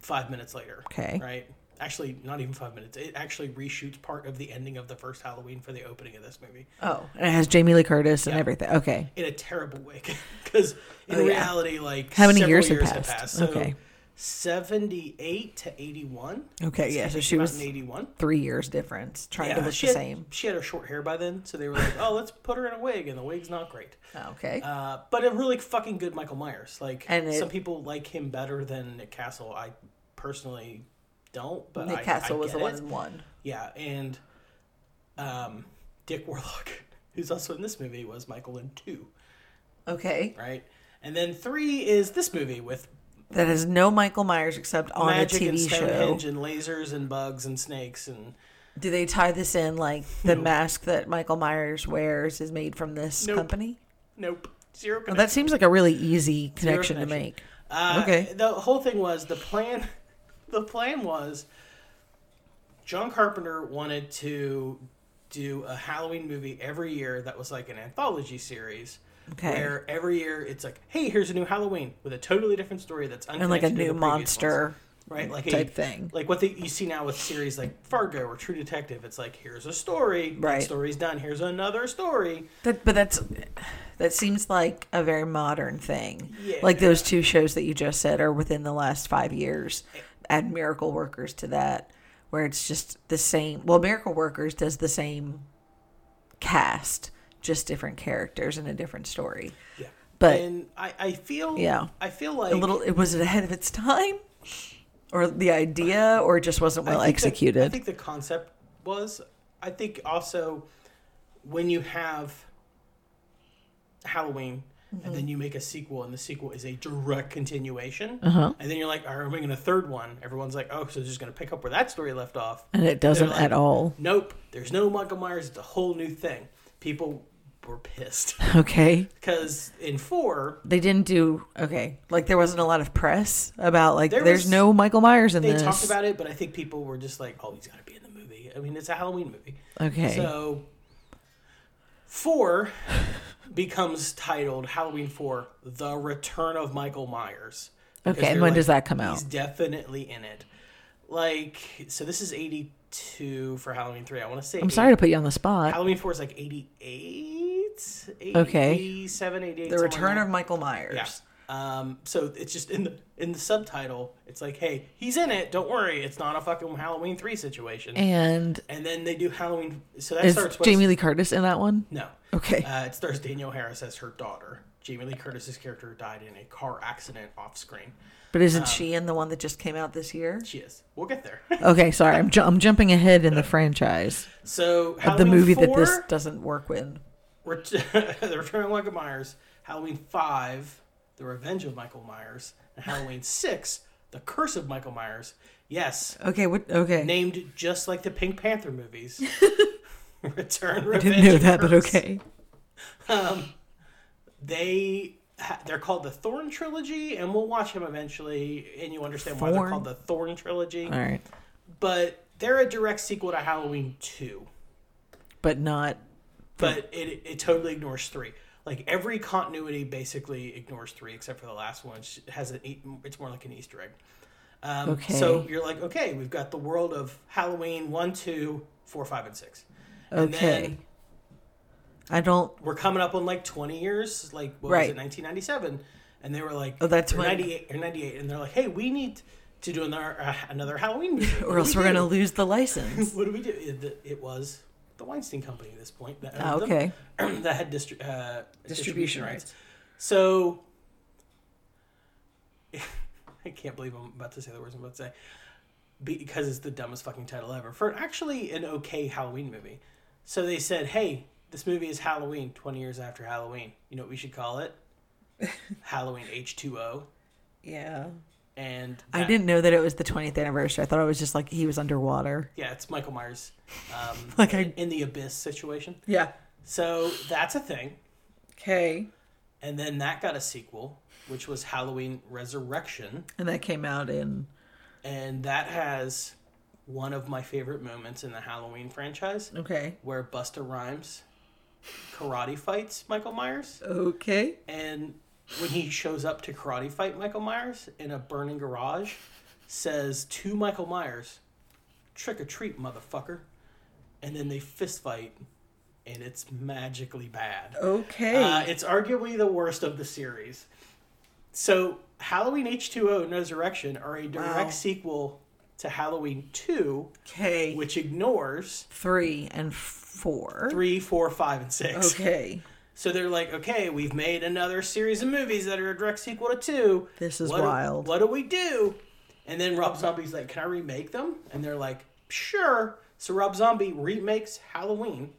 Speaker 1: five minutes later.
Speaker 2: Okay.
Speaker 1: Right. Actually, not even five minutes. It actually reshoots part of the ending of the first Halloween for the opening of this movie.
Speaker 2: Oh, and it has Jamie Lee Curtis and everything. Okay.
Speaker 1: in a terrible way because in
Speaker 2: Oh, yeah.
Speaker 1: reality like
Speaker 2: How many
Speaker 1: several
Speaker 2: years
Speaker 1: years, had
Speaker 2: had passed?
Speaker 1: passed so
Speaker 2: Okay.
Speaker 1: 78 to 81
Speaker 2: Okay, yeah, so she
Speaker 1: about
Speaker 2: was-
Speaker 1: in 81
Speaker 2: Three years difference, trying to look
Speaker 1: she
Speaker 2: the
Speaker 1: had,
Speaker 2: same.
Speaker 1: she had her short hair by then so they were like oh let's put her in a wig and the wig's not great
Speaker 2: Oh, Okay.
Speaker 1: uh, but a really fucking good michael myers like
Speaker 2: And it-
Speaker 1: some people like him better than nick castle i personally don't but
Speaker 2: Nick
Speaker 1: I,
Speaker 2: Castle
Speaker 1: I
Speaker 2: was
Speaker 1: get
Speaker 2: the one
Speaker 1: it.
Speaker 2: in one.
Speaker 1: yeah and um, dick warlock who's also in this movie was michael in two
Speaker 2: Okay.
Speaker 1: right? And then three is this movie with
Speaker 2: That has no Michael Myers except on
Speaker 1: magic
Speaker 2: a
Speaker 1: and
Speaker 2: TV show.
Speaker 1: Stonehenge and lasers and bugs and snakes and
Speaker 2: Do they tie this in like the mask that Michael Myers wears is made from this
Speaker 1: Nope.
Speaker 2: company?
Speaker 1: nope zero.
Speaker 2: Well,
Speaker 1: connection.
Speaker 2: that seems like a really easy connection, to
Speaker 1: connection.
Speaker 2: make.
Speaker 1: Uh,
Speaker 2: okay.
Speaker 1: The whole thing was the plan. The plan was John Carpenter wanted to do a Halloween movie every year that was like an anthology series.
Speaker 2: Okay.
Speaker 1: Where every year it's like, hey, here's a new Halloween with a totally different story that's
Speaker 2: And like a
Speaker 1: unconnected to
Speaker 2: new
Speaker 1: the previous ones.
Speaker 2: monster.
Speaker 1: right? Like
Speaker 2: type
Speaker 1: a,
Speaker 2: thing.
Speaker 1: like what the, you see now with series like Fargo or True Detective. It's like here's a story, that
Speaker 2: Right.
Speaker 1: story's done. Here's another story.
Speaker 2: That, but that's that seems like a very modern thing.
Speaker 1: Yeah.
Speaker 2: Like those two shows that you just said are within the last five years. Add Miracle Workers to that, where it's just the same. Well, Miracle Workers does the same cast, just different characters and a different story.
Speaker 1: Yeah,
Speaker 2: But-
Speaker 1: and I, I feel
Speaker 2: Yeah.
Speaker 1: I feel like
Speaker 2: A little. It was it ahead of its time, or the idea, or it just wasn't well
Speaker 1: I think the-
Speaker 2: executed.
Speaker 1: I think the concept was. I think also when you have Halloween and
Speaker 2: Mm-hmm.
Speaker 1: then you make a sequel and the sequel is a direct continuation,
Speaker 2: Uh-huh.
Speaker 1: and then you're like, "Are we making a third one?" Everyone's like, "Oh, so it's just going to pick up where that story left off."
Speaker 2: and it doesn't
Speaker 1: like-
Speaker 2: at all.
Speaker 1: Nope, there's no Michael Myers. It's a whole new thing. People were pissed
Speaker 2: Okay.
Speaker 1: because in four
Speaker 2: They didn't do okay. Like there wasn't a lot of press about like
Speaker 1: There
Speaker 2: there's
Speaker 1: was-
Speaker 2: no Michael Myers in
Speaker 1: they
Speaker 2: this.
Speaker 1: talked about it, but I think people were just like, "Oh, he's got to be in the movie." I mean, it's a Halloween movie.
Speaker 2: Okay.
Speaker 1: So four becomes titled Halloween Four: The Return of Michael Myers. Because
Speaker 2: Okay, and
Speaker 1: they're
Speaker 2: when does that come out?
Speaker 1: He's definitely in it. Like, so this is eighty-two for Halloween Three. I want to say.
Speaker 2: I'm sorry to put you on the spot.
Speaker 1: Halloween 4 is like 88?
Speaker 2: Okay.
Speaker 1: 87, 88.
Speaker 2: The
Speaker 1: somewhere in
Speaker 2: Return
Speaker 1: there.
Speaker 2: of Michael Myers.
Speaker 1: Yeah. Um, so it's just in the in the subtitle, it's like, hey, he's in it. Don't worry, it's not a fucking Halloween three situation. And,
Speaker 2: And
Speaker 1: then they do Halloween. So that
Speaker 2: is
Speaker 1: starts. with-
Speaker 2: Jamie Lee Curtis in that one?
Speaker 1: No.
Speaker 2: Okay.
Speaker 1: Uh, it stars Danielle Harris as her daughter. Jamie Lee Curtis's character died in a car accident off screen.
Speaker 2: But isn't she in the one that just came out this year?
Speaker 1: Um, She is. We'll get there.
Speaker 2: Okay, sorry, I'm, ju- I'm jumping ahead in the franchise
Speaker 1: So
Speaker 2: of the
Speaker 1: Halloween
Speaker 2: movie that
Speaker 1: four,
Speaker 2: this doesn't work with.
Speaker 1: Ret- the Return of Michael Myers, Halloween five, The Revenge of Michael Myers, and Halloween six, The Curse of Michael Myers. Yes,
Speaker 2: Okay, what? Okay,
Speaker 1: named just like the Pink Panther movies. Return,
Speaker 2: I
Speaker 1: Revenge.
Speaker 2: didn't know that, but
Speaker 1: Curse.
Speaker 2: okay.
Speaker 1: They ha- they're called the Thorn trilogy, and we'll watch them eventually, and you understand why they're
Speaker 2: Thorn?
Speaker 1: called the Thorn trilogy.
Speaker 2: All right,
Speaker 1: But they're a direct sequel to Halloween two.
Speaker 2: but not Hmm.
Speaker 1: but it, it totally ignores three. Like every continuity basically ignores three, except for the last one. which has an e- it's more like an Easter egg. Um,
Speaker 2: Okay.
Speaker 1: So you're like, okay, we've got the world of Halloween one, two, four, five, and six. And
Speaker 2: okay.
Speaker 1: then
Speaker 2: I don't.
Speaker 1: we're coming up on like 20 years, like what was
Speaker 2: Right.
Speaker 1: it, 1997? And they were like,
Speaker 2: Oh, that's
Speaker 1: or
Speaker 2: when-
Speaker 1: 98 or 98, and they're like, hey, we need to do another uh, another Halloween movie. What
Speaker 2: Or
Speaker 1: do
Speaker 2: else
Speaker 1: we
Speaker 2: we're gonna
Speaker 1: do?"
Speaker 2: lose the license.
Speaker 1: What do we do? It, it was the Weinstein Company at this point. That,
Speaker 2: Ah, okay.
Speaker 1: that had distri- uh, distribution,
Speaker 2: Distribution
Speaker 1: rights.
Speaker 2: rights.
Speaker 1: So I can't believe I'm about to say the words I'm about to say because it's the dumbest fucking title ever for actually an okay Halloween movie. So they said, "Hey, this movie is Halloween, 20 years after Halloween. You know what we should call it? Halloween H2O."
Speaker 2: Yeah.
Speaker 1: And
Speaker 2: I
Speaker 1: that-
Speaker 2: didn't know that it was the 20th anniversary. I thought it was just like he was underwater.
Speaker 1: Yeah, it's Michael Myers um,
Speaker 2: Like I-
Speaker 1: in the abyss situation.
Speaker 2: Yeah.
Speaker 1: So that's a thing.
Speaker 2: Okay.
Speaker 1: And then that got a sequel, which was Halloween Resurrection.
Speaker 2: And that came out in.
Speaker 1: And that has one of my favorite moments in the Halloween franchise
Speaker 2: Okay.
Speaker 1: where Busta Rhymes karate fights Michael Myers.
Speaker 2: Okay.
Speaker 1: And when he shows up to karate fight Michael Myers in a burning garage, says to Michael Myers, trick or treat, motherfucker. And then they fist fight, and it's magically bad.
Speaker 2: Okay.
Speaker 1: Uh, it's arguably the worst of the series. So, Halloween H2O and Resurrection are a direct
Speaker 2: Wow.
Speaker 1: sequel to Halloween 2,
Speaker 2: okay.
Speaker 1: which ignores
Speaker 2: Three and four.
Speaker 1: 3, 4, 5, and 6.
Speaker 2: Okay.
Speaker 1: So they're like, okay, we've made another series of movies that are a direct sequel to 2.
Speaker 2: This is
Speaker 1: What do-
Speaker 2: wild.
Speaker 1: what do we do? And then Rob Zombie's like, can I remake them? And they're like, sure. So Rob Zombie remakes Halloween,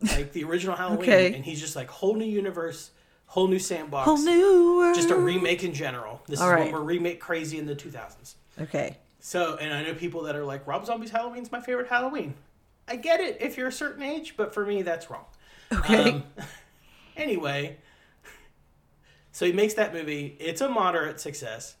Speaker 1: like the original Halloween.
Speaker 2: Okay.
Speaker 1: And he's just like, whole new universe, whole new sandbox.
Speaker 2: Whole new world.
Speaker 1: just a remake in general. This
Speaker 2: All
Speaker 1: is
Speaker 2: right.
Speaker 1: when we're remake crazy in the 2000s.
Speaker 2: Okay.
Speaker 1: So, and I know people that are like, Rob Zombie's Halloween's my favorite Halloween. I get it if you're a certain age, but for me, that's wrong.
Speaker 2: Okay.
Speaker 1: Um, anyway, so he makes that movie. It's a moderate success.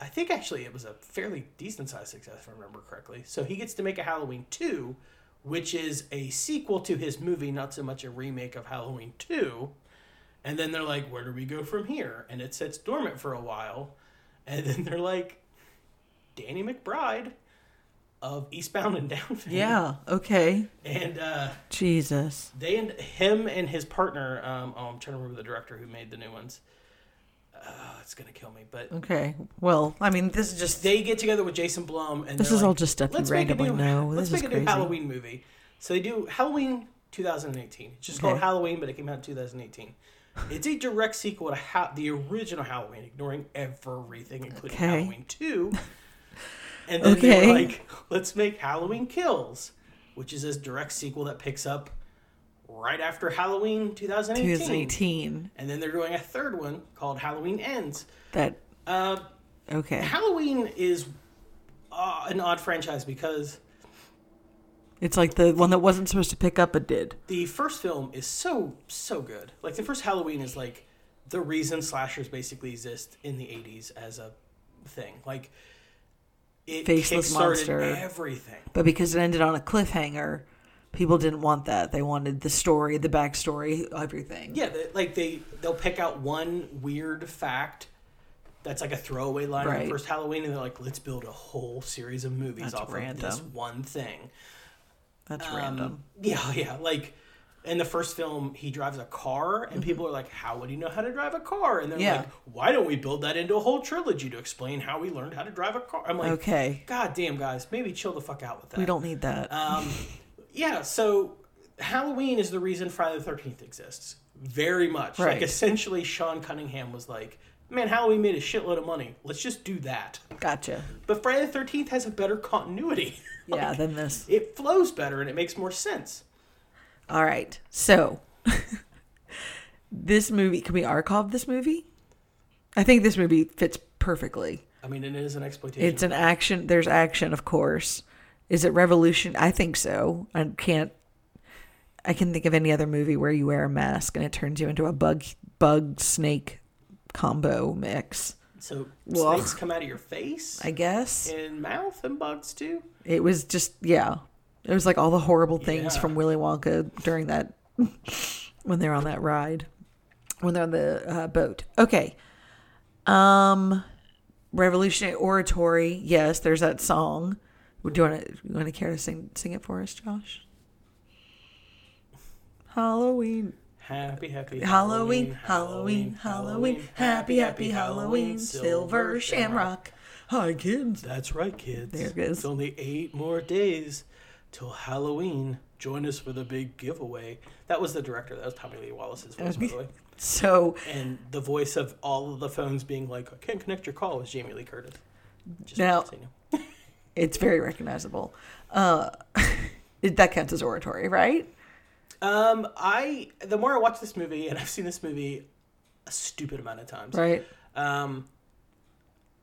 Speaker 1: I think actually it was a fairly decent sized success, if I remember correctly. So he gets to make a Halloween 2, which is a sequel to his movie, not so much a remake of Halloween 2. And then they're like, where do we go from here? And it sits dormant for a while. And then they're like, Danny McBride of Eastbound and Down fame.
Speaker 2: yeah. Okay.
Speaker 1: And uh,
Speaker 2: Jesus.
Speaker 1: they and him and his partner, um, oh, I'm trying to remember the director who made the new ones. Uh, it's going to kill me. But
Speaker 2: Okay. Well, I mean, this is just.
Speaker 1: they get together with Jason Blum, and
Speaker 2: This
Speaker 1: they're
Speaker 2: is
Speaker 1: like,
Speaker 2: all just stuff you
Speaker 1: "Let's make a
Speaker 2: randomly
Speaker 1: new-
Speaker 2: know.
Speaker 1: Let's
Speaker 2: This is
Speaker 1: make a
Speaker 2: crazy."
Speaker 1: new Halloween movie. So they do Halloween 2018. It's just
Speaker 2: Okay.
Speaker 1: called Halloween, but it came out in 2018. It's a direct sequel to ha- the original Halloween, ignoring everything, including
Speaker 2: Okay.
Speaker 1: Halloween 2. And then they
Speaker 2: Okay.
Speaker 1: were like, let's make Halloween Kills, which is this direct sequel that picks up right after Halloween 2018.
Speaker 2: 2018.
Speaker 1: And then they're doing a third one called Halloween Ends.
Speaker 2: That.
Speaker 1: Uh,
Speaker 2: Okay.
Speaker 1: Halloween is uh, an odd franchise because
Speaker 2: It's like the one that wasn't supposed to pick up but did.
Speaker 1: the first film is so so good. Like the first Halloween is like the reason slashers basically exist in the '80s as a thing. Like it
Speaker 2: Faceless
Speaker 1: kickstarted
Speaker 2: monster.
Speaker 1: everything.
Speaker 2: But because it ended on a cliffhanger, people didn't want that. They wanted the story, the backstory, everything.
Speaker 1: Yeah, they, like they they'll pick out one weird fact that's like a throwaway line in
Speaker 2: Right.
Speaker 1: the first Halloween, and they're like, let's build a whole series of movies
Speaker 2: That's
Speaker 1: off of this
Speaker 2: random.
Speaker 1: one thing.
Speaker 2: That's random.
Speaker 1: Yeah, yeah. Like in the first film, he drives a car, and people are like, "How would he know how to drive a car?" And they're
Speaker 2: Mm-hmm. Yeah.
Speaker 1: like, "Why don't we build that into a whole trilogy to explain how we learned how to drive a car?" I'm like,
Speaker 2: Okay.
Speaker 1: God damn, guys, maybe chill the fuck out with that."
Speaker 2: We don't need that.
Speaker 1: Yeah. So Halloween is the reason Friday the Thirteenth exists. very much. Like
Speaker 2: Right.
Speaker 1: essentially, Sean Cunningham was like, "Man, Halloween made a shitload of money. Let's just do that."
Speaker 2: Gotcha.
Speaker 1: But Friday the Thirteenth has a better continuity.
Speaker 2: Yeah, than this.
Speaker 1: it flows better and it makes more sense.
Speaker 2: All right. So, this movie, can we archive this movie? I think this movie fits perfectly.
Speaker 1: I mean, it is an exploitation.
Speaker 2: It's an action. There's action, of course. Is it revolution? I think so. I can't. I can think of any other movie where you wear a mask and it turns you into a bug bug snake combo mix.
Speaker 1: so
Speaker 2: Well.
Speaker 1: snakes come out of your face
Speaker 2: I guess
Speaker 1: and mouth and bugs too.
Speaker 2: it was just yeah. It was like all the horrible things
Speaker 1: Yeah.
Speaker 2: from Willy Wonka during that when they're on that ride when they're on the uh, boat. Okay. Um, revolutionary oratory. Yes, there's that song. Do you want to you want to care to sing sing it for us, Josh? Halloween,
Speaker 1: Happy, happy
Speaker 2: Halloween, Halloween, Halloween, happy, happy Halloween, silver shamrock. Hi, kids.
Speaker 1: That's right, kids.
Speaker 2: There it is.
Speaker 1: It's only eight more days till Halloween. Join us for the big giveaway. That was the director. That was Tommy Lee Wallace's voice, by the way.
Speaker 2: So
Speaker 1: And the voice of all of the phones being like, I can't connect your call was Jamie Lee Curtis. Just
Speaker 2: Now-
Speaker 1: so you know.
Speaker 2: it's very recognizable. Uh, it- that counts as oratory, right?
Speaker 1: Um, I the more I watch this movie, and I've seen this movie a stupid amount of times.
Speaker 2: Right.
Speaker 1: Um,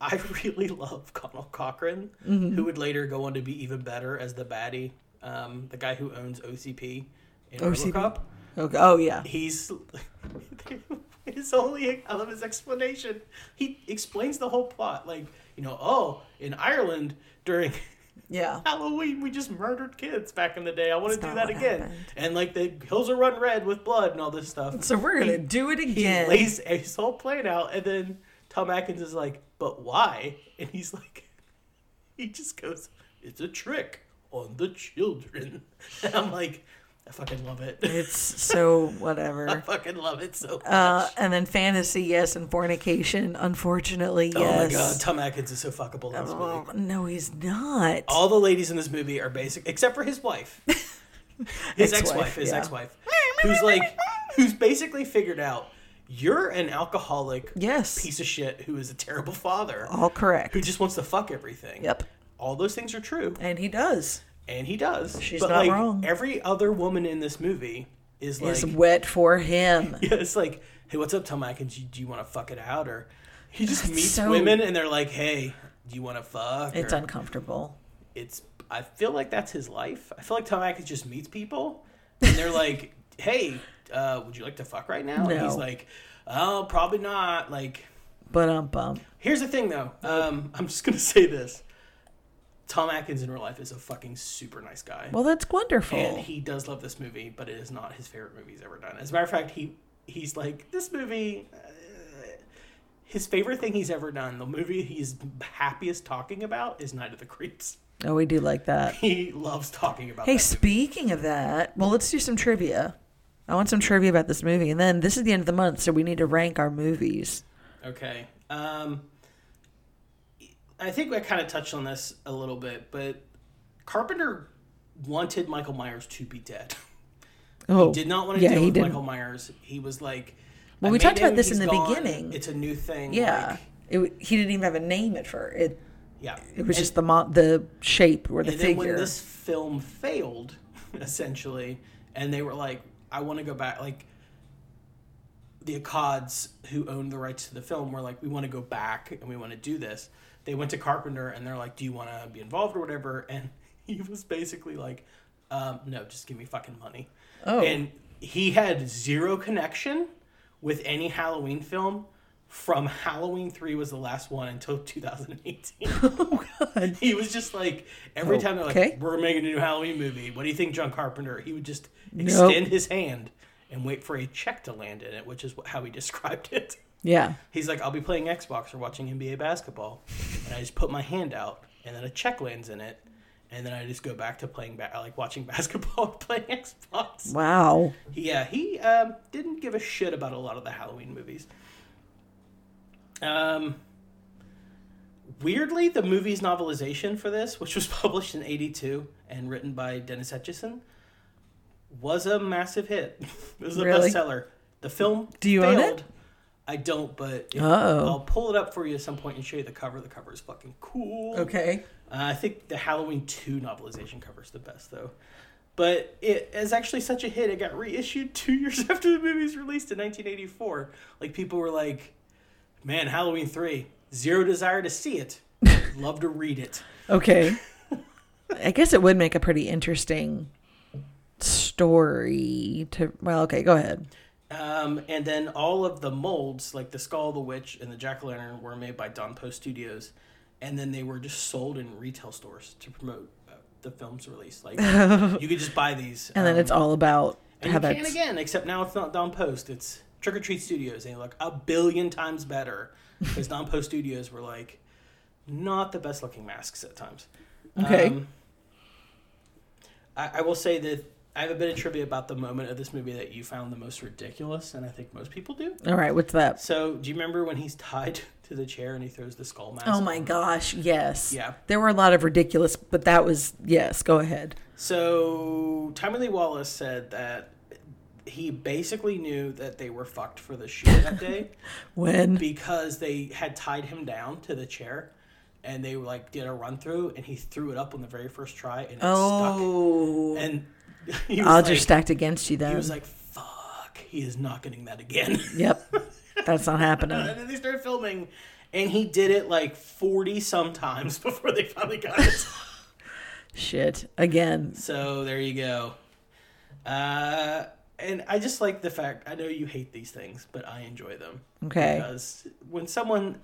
Speaker 1: I really love Connell Cochran, who would later go on to be even better as the baddie, um, the guy who owns OCP in
Speaker 2: OCP.
Speaker 1: RoboCop.
Speaker 2: Okay. Oh yeah.
Speaker 1: He's his only I love his explanation. He explains the whole plot, like you know, oh, in Ireland during
Speaker 2: Yeah.
Speaker 1: Halloween we just murdered kids back in the day. I want to
Speaker 2: That's
Speaker 1: do
Speaker 2: not
Speaker 1: that
Speaker 2: what
Speaker 1: again,
Speaker 2: happened.
Speaker 1: and like the hills are run red with blood and all this stuff.
Speaker 2: So we're gonna
Speaker 1: He-
Speaker 2: do it
Speaker 1: he
Speaker 2: again.
Speaker 1: lays his whole plan out, and then Tom Atkins is like, "But why?" And he's like, he just goes, "It's a trick on the children." And I'm like, I fucking love it.
Speaker 2: It's so
Speaker 1: I
Speaker 2: whatever.
Speaker 1: fucking love it so much.
Speaker 2: Uh, and then fantasy, yes, and fornication, unfortunately,
Speaker 1: oh my god,
Speaker 2: yes.
Speaker 1: Tom Atkins is so fuckable in this movie.
Speaker 2: Oh, no, he's not.
Speaker 1: All the ladies in this movie are basic, except for his wife. His
Speaker 2: Ex-wife,
Speaker 1: ex-wife, his
Speaker 2: yeah.
Speaker 1: ex-wife, who's like, who's basically figured out you're an alcoholic
Speaker 2: Yes.
Speaker 1: piece of shit who is a terrible father,
Speaker 2: All correct.
Speaker 1: who just wants to fuck everything.
Speaker 2: Yep.
Speaker 1: All those things are true,
Speaker 2: And he does.
Speaker 1: and he does.
Speaker 2: She's
Speaker 1: but
Speaker 2: not
Speaker 1: like,
Speaker 2: wrong.
Speaker 1: Every other woman in this movie is like,
Speaker 2: It's wet for him.
Speaker 1: Yeah, it's like, hey, what's up, Tom Atkins? Do you, do you want to fuck it out? Or he just meets
Speaker 2: so-
Speaker 1: women and they're like, hey, do you want to fuck?
Speaker 2: It's
Speaker 1: Or
Speaker 2: uncomfortable.
Speaker 1: it's. I feel like that's his life. I feel like Tom Atkins just meets people and they're like, hey, uh, would you like to fuck right now? And he's
Speaker 2: No.
Speaker 1: like, oh, probably not. Like,
Speaker 2: But um bum.
Speaker 1: here's the thing though. Um, I'm just gonna say this. Tom Atkins in real life is a fucking super nice guy.
Speaker 2: Well that's wonderful.
Speaker 1: And he does love this movie, but it is not his favorite movie he's ever done. As a matter of fact, he he's like this movie. Uh, his favorite thing he's ever done, the movie he's happiest talking about, is Night of the Creeps.
Speaker 2: oh, we do like that.
Speaker 1: He loves talking about.
Speaker 2: Hey,
Speaker 1: that movie.
Speaker 2: speaking of that, well, let's do some trivia. I want some trivia about this movie, and then this is the end of the month, so we need to rank our movies.
Speaker 1: Okay. Um, I think I kind of touched on this a little bit, but Carpenter wanted Michael Myers to be dead.
Speaker 2: Oh,
Speaker 1: Did not want to
Speaker 2: yeah,
Speaker 1: deal
Speaker 2: he
Speaker 1: with
Speaker 2: didn't.
Speaker 1: Michael Myers. He was like,
Speaker 2: Well,
Speaker 1: I
Speaker 2: we
Speaker 1: made
Speaker 2: talked about
Speaker 1: him,
Speaker 2: this in
Speaker 1: he's
Speaker 2: the
Speaker 1: gone,
Speaker 2: beginning.
Speaker 1: It's a new thing.
Speaker 2: Yeah,
Speaker 1: like,
Speaker 2: it, w- he didn't even have a name at first. It
Speaker 1: yeah.
Speaker 2: it was just the mo- the shape or the
Speaker 1: and then
Speaker 2: figure.
Speaker 1: when this film failed essentially and they were like i want to go back like the akkads who owned the rights to the film were like we want to go back and we want to do this they went to carpenter and they're like do you want to be involved or whatever and he was basically like um, no just give me fucking money
Speaker 2: Oh.
Speaker 1: and he had zero connection with any halloween film from halloween 3 was the last one until 2018 he was just like every time they're like,
Speaker 2: Oh, Okay.
Speaker 1: "We're making a new Halloween movie. What do you think, John Carpenter?" He would just
Speaker 2: Nope.
Speaker 1: extend his hand and wait for a check to land in it, which is what, how he described it.
Speaker 2: yeah,
Speaker 1: He's like, "I'll be playing Xbox or watching NBA basketball, and I just put my hand out, and then a check lands in it, and then I just go back to playing ba- like watching basketball, and playing Xbox."
Speaker 2: wow,
Speaker 1: Yeah, he um, didn't give a shit about a lot of the Halloween movies. Um, weirdly, the movie's novelization for this, which was published in '82 and written by Dennis Etchison, was a massive hit. it was a
Speaker 2: Really?
Speaker 1: bestseller. The film
Speaker 2: Do you own
Speaker 1: failed.
Speaker 2: it?
Speaker 1: I don't, but if-
Speaker 2: Oh.
Speaker 1: I'll pull it up for you at some point and show you the cover. The cover is fucking cool.
Speaker 2: Okay.
Speaker 1: Uh, I think the Halloween 2 novelization cover is the best, though. But it is actually such a hit, it got reissued two years after the movie's released in 1984. Like, people were like, man, Halloween 3, zero desire to see it. Love to read it.
Speaker 2: Okay. I guess it would make a pretty interesting story to well, okay, go ahead.
Speaker 1: Um, and then all of the molds, like the skull, the witch, and the jack o' lantern, were made by Don Post Studios, and then they were just sold in retail stores to promote uh, the film's release. Like you could just buy these,
Speaker 2: And then
Speaker 1: um,
Speaker 2: it's all about
Speaker 1: and
Speaker 2: how
Speaker 1: you can
Speaker 2: that's
Speaker 1: again, except now it's not Don Post, it's Trick or Treat Studios, and they look a billion times better because Don Post Studios were like not the best looking masks at times. Um,
Speaker 2: Okay.
Speaker 1: I, I will say that I have a bit of trivia about the moment of this movie that you found the most ridiculous, and I think most people do.
Speaker 2: all right, what's that?
Speaker 1: So, do you remember when he's tied to the chair and he throws the skull mask?
Speaker 2: Oh my
Speaker 1: on?
Speaker 2: gosh, yes.
Speaker 1: Yeah.
Speaker 2: There were a lot of ridiculous but that was yes, go ahead.
Speaker 1: So, Tommy Lee Wallace said that he basically knew that they were fucked for the shoot that day
Speaker 2: When
Speaker 1: because they had tied him down to the chair and they like did a run through and he threw it up on the very first try and it
Speaker 2: Oh
Speaker 1: stuck. And he was
Speaker 2: I'll
Speaker 1: like,
Speaker 2: just stacked against you then.
Speaker 1: he was like, "Fuck, he is not getting that again."
Speaker 2: Yep. That's not happening.
Speaker 1: And then they started filming, and he did it like forty sometimes before they finally got it.
Speaker 2: Shit. Again.
Speaker 1: So there you go. Uh, and I just like the fact I know you hate these things, but I enjoy them
Speaker 2: Okay.
Speaker 1: because when someone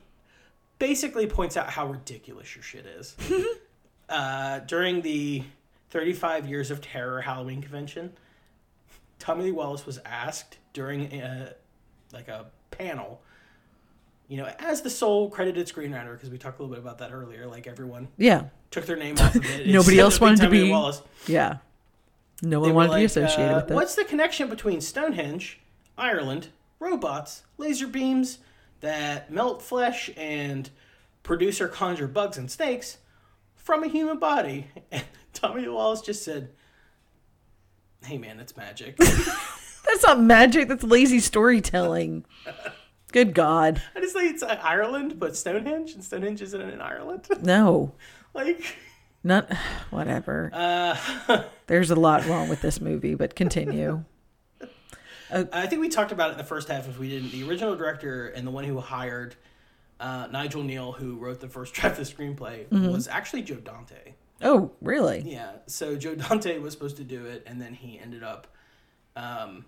Speaker 1: basically points out how ridiculous your shit is uh, during the 35 years of terror Halloween convention, Tommy Lee Wallace was asked during a, like a panel. You know, as the sole credited screenwriter, because we talked a little bit about that earlier. Like everyone
Speaker 2: Yeah.
Speaker 1: took their name off of it. It
Speaker 2: Nobody
Speaker 1: just ended
Speaker 2: else
Speaker 1: up
Speaker 2: wanted to
Speaker 1: Tommy Lee
Speaker 2: be-
Speaker 1: Wallace.
Speaker 2: Yeah. No one
Speaker 1: They were
Speaker 2: wanted to be
Speaker 1: like,
Speaker 2: associated
Speaker 1: uh,
Speaker 2: with it.
Speaker 1: What's the connection between Stonehenge, Ireland, robots, laser beams that melt flesh and produce or conjure bugs and snakes from a human body? And Tommy Lee Wallace just said, "Hey man, that's magic." I
Speaker 2: That's not magic. That's lazy storytelling. Good God.
Speaker 1: just think it's uh, Ireland, but Stonehenge and Stonehenge isn't in Ireland.
Speaker 2: No.
Speaker 1: like,
Speaker 2: Not whatever.
Speaker 1: Uh,
Speaker 2: There's a lot wrong with this movie, but continue.
Speaker 1: I think we talked about it in the first half. If we didn't, the original director and the one who hired uh, Nigel Neal, who wrote the first draft of the screenplay,
Speaker 2: Mm-hmm.
Speaker 1: was actually Joe Dante.
Speaker 2: Oh, really?
Speaker 1: Yeah. So Joe Dante was supposed to do it, and then he ended up. Um,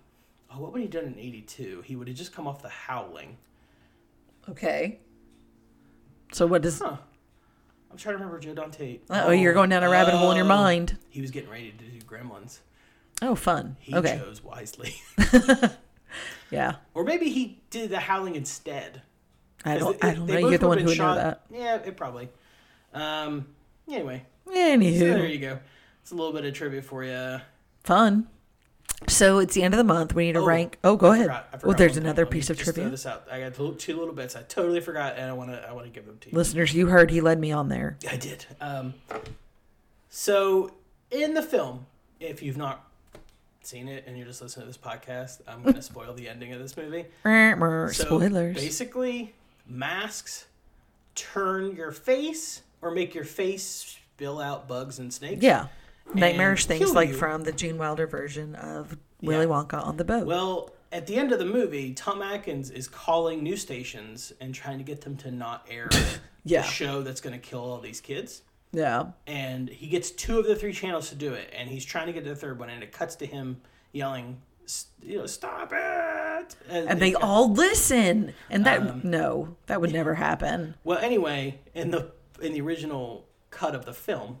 Speaker 1: oh, what would he done in '82? He would have just come off The Howling.
Speaker 2: Okay. So what does?
Speaker 1: Huh. I'm trying to remember Joe Dante.
Speaker 2: Oh, you're going down a rabbit hole in your
Speaker 1: oh.
Speaker 2: mind.
Speaker 1: He was getting ready to do Gremlins.
Speaker 2: Oh, fun.
Speaker 1: He
Speaker 2: okay.
Speaker 1: chose wisely,
Speaker 2: Yeah.
Speaker 1: or maybe he did The Howling instead.
Speaker 2: I
Speaker 1: 'Cause
Speaker 2: don't.
Speaker 1: it-
Speaker 2: I don't
Speaker 1: they
Speaker 2: know.
Speaker 1: both
Speaker 2: You're
Speaker 1: would've
Speaker 2: the one
Speaker 1: been
Speaker 2: who would know
Speaker 1: shot-
Speaker 2: that.
Speaker 1: Yeah, it probably. Um. Anyway, so there
Speaker 2: Anywho,
Speaker 1: you go. It's a little bit of trivia for you.
Speaker 2: fun. So it's the end of the month. We need to
Speaker 1: Oh,
Speaker 2: rank. Oh, go
Speaker 1: I
Speaker 2: ahead.
Speaker 1: forgot- I
Speaker 2: well,
Speaker 1: forgot
Speaker 2: there's
Speaker 1: one thing.
Speaker 2: another
Speaker 1: Let me
Speaker 2: piece of
Speaker 1: just throw
Speaker 2: trivia.
Speaker 1: This out. I got two two little bits. I totally forgot, and I want to I want to give them to you.
Speaker 2: Listeners, you heard he led me on there.
Speaker 1: I did. Um, so in the film, if you've not seen it and you're just listening to this podcast, I'm going to spoil the ending of this movie. So
Speaker 2: Spoilers.
Speaker 1: Basically, masks turn your face or make your face spill out bugs and snakes.
Speaker 2: Yeah. Nightmarish
Speaker 1: and
Speaker 2: things
Speaker 1: kill
Speaker 2: like
Speaker 1: you.
Speaker 2: from the Gene Wilder version of Willy Wonka on the boat.
Speaker 1: Well, at the end of the movie, Tom Atkins is calling news stations and trying to get them to not air
Speaker 2: Yeah.
Speaker 1: the show that's going to kill all these kids.
Speaker 2: yeah.
Speaker 1: and he gets two of the three channels to do it, and he's trying to get to the third one, and it cuts to him yelling, s- you know, stop it!
Speaker 2: And they all listen. And that
Speaker 1: Um,
Speaker 2: no, that would never happen.
Speaker 1: well, anyway, in the in the original cut of the film,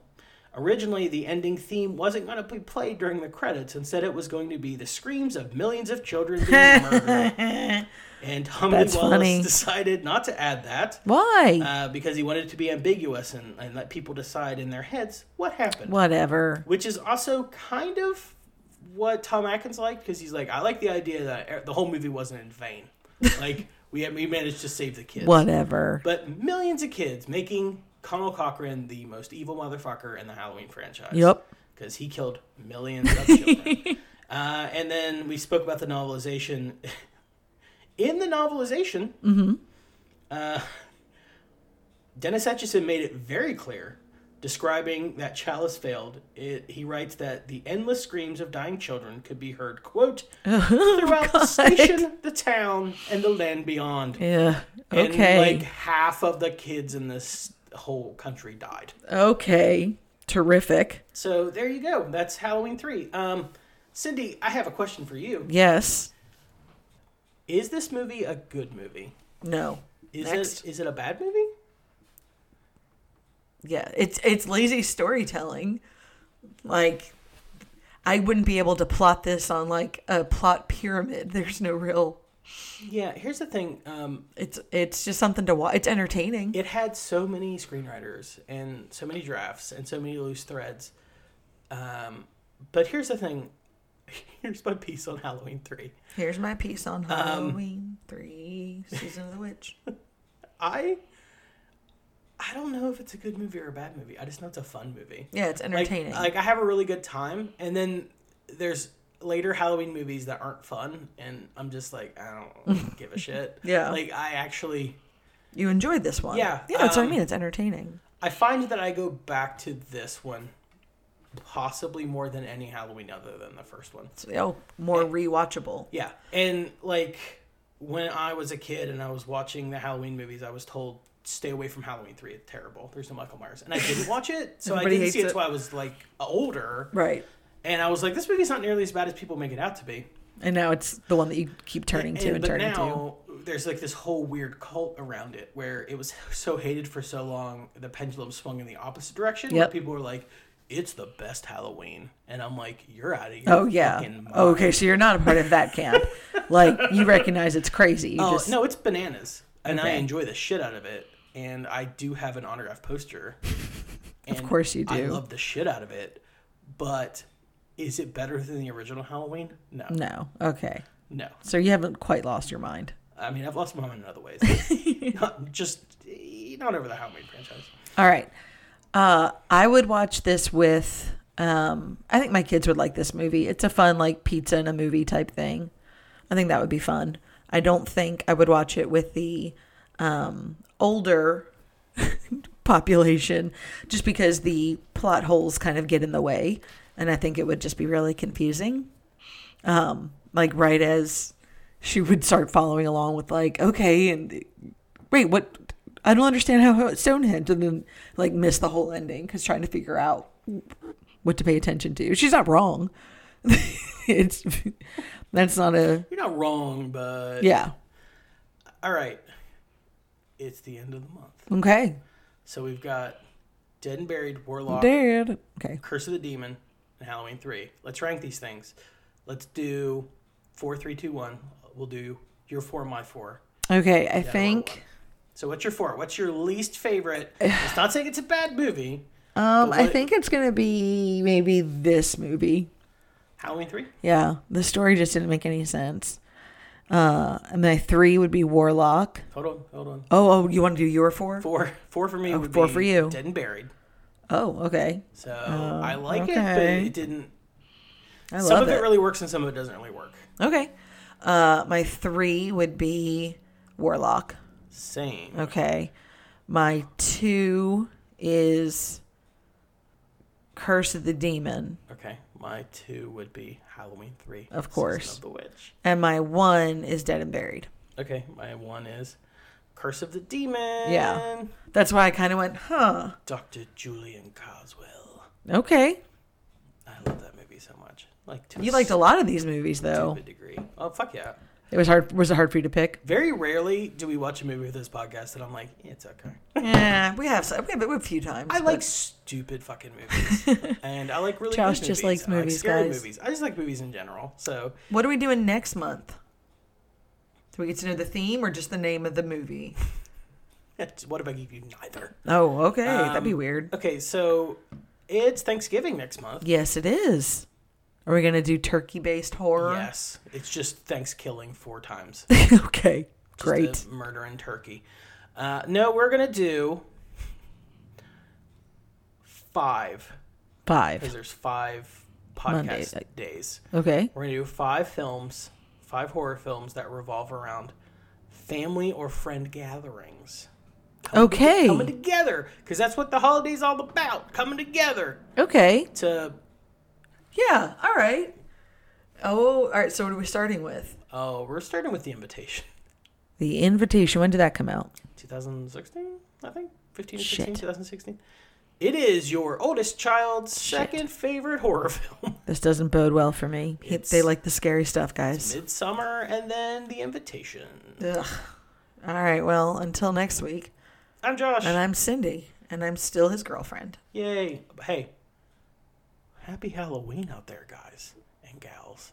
Speaker 1: originally the ending theme wasn't going to be played during the credits. Instead, it was going to be the screams of millions of children being murdered. And Tommy
Speaker 2: That's
Speaker 1: Wallace
Speaker 2: funny.
Speaker 1: decided not to add that.
Speaker 2: Why?
Speaker 1: Uh, because he wanted it to be ambiguous and, and let people decide in their heads what happened.
Speaker 2: Whatever.
Speaker 1: which is also kind of what Tom Atkins liked because he's like, I like the idea that er- the whole movie wasn't in vain. Like we had, we managed to save the kids.
Speaker 2: Whatever.
Speaker 1: But millions of kids making Connell Cochran the most evil motherfucker in the Halloween franchise.
Speaker 2: Yep.
Speaker 1: Because he killed millions of children. uh, and then we spoke about the novelization. in the novelization,
Speaker 2: Mm-hmm.
Speaker 1: uh, Dennis Etchison made it very clear, describing that Chalice failed. It, he writes that the endless screams of dying children could be heard, quote, throughout the station, the town, and the land beyond.
Speaker 2: Yeah.
Speaker 1: And
Speaker 2: Okay.
Speaker 1: like half of the kids in this whole country died.
Speaker 2: Okay. Terrific.
Speaker 1: So there you go. That's Halloween 3. Um, Cindy, I have a question for you.
Speaker 2: Yes.
Speaker 1: Is this movie a good movie?
Speaker 2: No.
Speaker 1: Is
Speaker 2: Next.
Speaker 1: it is it a bad movie?
Speaker 2: Yeah. It's it's lazy storytelling. Like I wouldn't be able to plot this on like a plot pyramid. There's no real
Speaker 1: Yeah, here's the thing. Um,
Speaker 2: it's it's just something to watch. It's entertaining.
Speaker 1: it had so many screenwriters and so many drafts and so many loose threads. Um, but here's the thing. Here's my piece on Halloween 3.
Speaker 2: Here's my piece on Halloween 3 Season of the Witch.
Speaker 1: I I don't know if it's a good movie or a bad movie. I just know it's a fun movie.
Speaker 2: Yeah, it's
Speaker 1: Like-
Speaker 2: entertaining.
Speaker 1: Like, I have a really good time, and then there's later Halloween movies that aren't fun, and I'm just like, I don't give a shit.
Speaker 2: Yeah.
Speaker 1: Like I actually,
Speaker 2: You enjoyed this one.
Speaker 1: Yeah,
Speaker 2: Yeah, that's what
Speaker 1: um,
Speaker 2: I mean. It's entertaining.
Speaker 1: I find that I go back to this one possibly more than any Halloween other than the first one.
Speaker 2: It's, oh, more rewatchable.
Speaker 1: Yeah, and like when I was a kid and I was watching the Halloween movies, I was told stay away from Halloween three. It's terrible. There's no Michael Myers, and I didn't watch it, so I
Speaker 2: Everybody
Speaker 1: didn't
Speaker 2: hates
Speaker 1: see it
Speaker 2: it.
Speaker 1: until I was like older,
Speaker 2: Right.
Speaker 1: and I was like, this movie's not nearly as bad as people make it out to be.
Speaker 2: And now it's the one that you keep turning to
Speaker 1: And-
Speaker 2: and
Speaker 1: but
Speaker 2: turning to.
Speaker 1: now there's like this whole weird cult around it where it was so hated for so long, the pendulum swung in the opposite direction. where
Speaker 2: Yep.
Speaker 1: people were like, it's the best Halloween, and I'm like, you're out of your
Speaker 2: Oh yeah.
Speaker 1: fucking mind.
Speaker 2: Okay, so you're not a part of that camp. like you recognize it's crazy. You
Speaker 1: Oh
Speaker 2: just
Speaker 1: no, it's bananas, and I
Speaker 2: Okay.
Speaker 1: enjoy the shit out of it. And I do have an autograph poster. And
Speaker 2: course you
Speaker 1: I
Speaker 2: do.
Speaker 1: love the shit out of it, but is it better than the original Halloween? No, no.
Speaker 2: no. Okay. So you haven't quite lost your mind.
Speaker 1: I mean, I've lost my mind in other ways. not, just eh, not over the Halloween franchise.
Speaker 2: All right. Uh, I would watch this with. Um, I think my kids would like this movie. It's a fun like pizza and a movie type thing. I think that would be fun. I don't think I would watch it with the um, older population, just because the plot holes kind of get in the way, and I think it would just be really confusing. Um, like right as she would start following along with like, okay, and wait, what? I don't understand how how it's Stonehenge, and then like miss the whole ending because trying to figure out what to pay attention to. She's not wrong. it's that's not a
Speaker 1: You're not wrong, but
Speaker 2: yeah.
Speaker 1: all right. It's the end of the month,
Speaker 2: Okay,
Speaker 1: so we've got Dead and Buried, Warlock,
Speaker 2: Dad. Okay,
Speaker 1: Curse of the Demon, and Halloween three. Let's rank these things. Let's do four, three, two, one. We'll do your four, my four.
Speaker 2: okay. I think
Speaker 1: So what's your four? What's your least favorite? It's not saying it's a bad movie.
Speaker 2: um I
Speaker 1: what-
Speaker 2: think it's gonna be maybe this movie.
Speaker 1: Halloween three.
Speaker 2: Yeah, the story just didn't make any sense. Uh, and my three would be Warlock.
Speaker 1: Hold on, hold on.
Speaker 2: Oh, oh, you want to do your four?
Speaker 1: Four, four for me. would
Speaker 2: Oh, four
Speaker 1: be
Speaker 2: for you.
Speaker 1: Dead and Buried.
Speaker 2: Oh, okay.
Speaker 1: So I like it, but
Speaker 2: okay.
Speaker 1: it didn't.
Speaker 2: I
Speaker 1: some
Speaker 2: love
Speaker 1: of
Speaker 2: it.
Speaker 1: it really works, and some of it doesn't really work.
Speaker 2: Okay. Uh, my three would be Warlock.
Speaker 1: Same.
Speaker 2: Okay. My two is Curse of the Demon.
Speaker 1: Okay, my two would be Halloween three,
Speaker 2: Of
Speaker 1: Season
Speaker 2: course.
Speaker 1: of the Witch.
Speaker 2: And my one is Dead and Buried.
Speaker 1: Okay, my one is Curse of the Demon.
Speaker 2: Yeah. That's why I kind of went, huh.
Speaker 1: Doctor Julian Coswell.
Speaker 2: Okay.
Speaker 1: I love that movie so much. Like to
Speaker 2: You liked a lot of these movies, though.
Speaker 1: stupid degree. Oh fuck yeah!
Speaker 2: It was hard. Was it hard for you to pick?
Speaker 1: Very rarely do we watch a movie with this podcast that I'm like, yeah, it's okay.
Speaker 2: yeah, we have. some- We have, we have a few times.
Speaker 1: I
Speaker 2: but-
Speaker 1: like stupid fucking movies, and I like really.
Speaker 2: Josh
Speaker 1: good
Speaker 2: just
Speaker 1: movies.
Speaker 2: likes
Speaker 1: I like
Speaker 2: movies,
Speaker 1: scary
Speaker 2: guys.
Speaker 1: movies. I just like movies in general. So
Speaker 2: What are we doing next month? Do we get to know the theme or just the name of the movie?
Speaker 1: what if I give you neither?
Speaker 2: Oh, okay. That'd be
Speaker 1: Um,
Speaker 2: weird.
Speaker 1: Okay, so it's Thanksgiving next month.
Speaker 2: Yes, it is. Are we gonna do turkey-based horror?
Speaker 1: Yes, it's just Thanksgiving four times.
Speaker 2: okay. Great.
Speaker 1: Just a murder in Turkey. Uh, no, we're gonna do five because
Speaker 2: Five.
Speaker 1: there's five podcast
Speaker 2: Monday, like-
Speaker 1: days.
Speaker 2: Okay.
Speaker 1: We're gonna do five films, five horror films that revolve around family or friend gatherings.
Speaker 2: okay.
Speaker 1: Coming together, because that's what the holiday's all about. Coming together
Speaker 2: Okay.
Speaker 1: to
Speaker 2: Yeah. All right. Oh, all right. So what are we starting with?
Speaker 1: oh, we're starting with the invitation.
Speaker 2: The invitation. When did that come out?
Speaker 1: 2016, I think 15
Speaker 2: Shit.
Speaker 1: 16, 2016. It is your oldest child's second favorite horror film.
Speaker 2: This doesn't bode well for me. He-
Speaker 1: It's-
Speaker 2: they like the scary stuff, guys.
Speaker 1: Midsummer and then The Invitation.
Speaker 2: Ugh. All right. Well, until next week.
Speaker 1: I'm Josh.
Speaker 2: And I'm Cindy, and I'm still his girlfriend.
Speaker 1: Yay. Hey, happy Halloween out there, guys and gals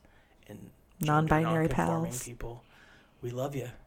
Speaker 1: and gender
Speaker 2: Non-binary
Speaker 1: nonconforming
Speaker 2: pals.
Speaker 1: people. We love you.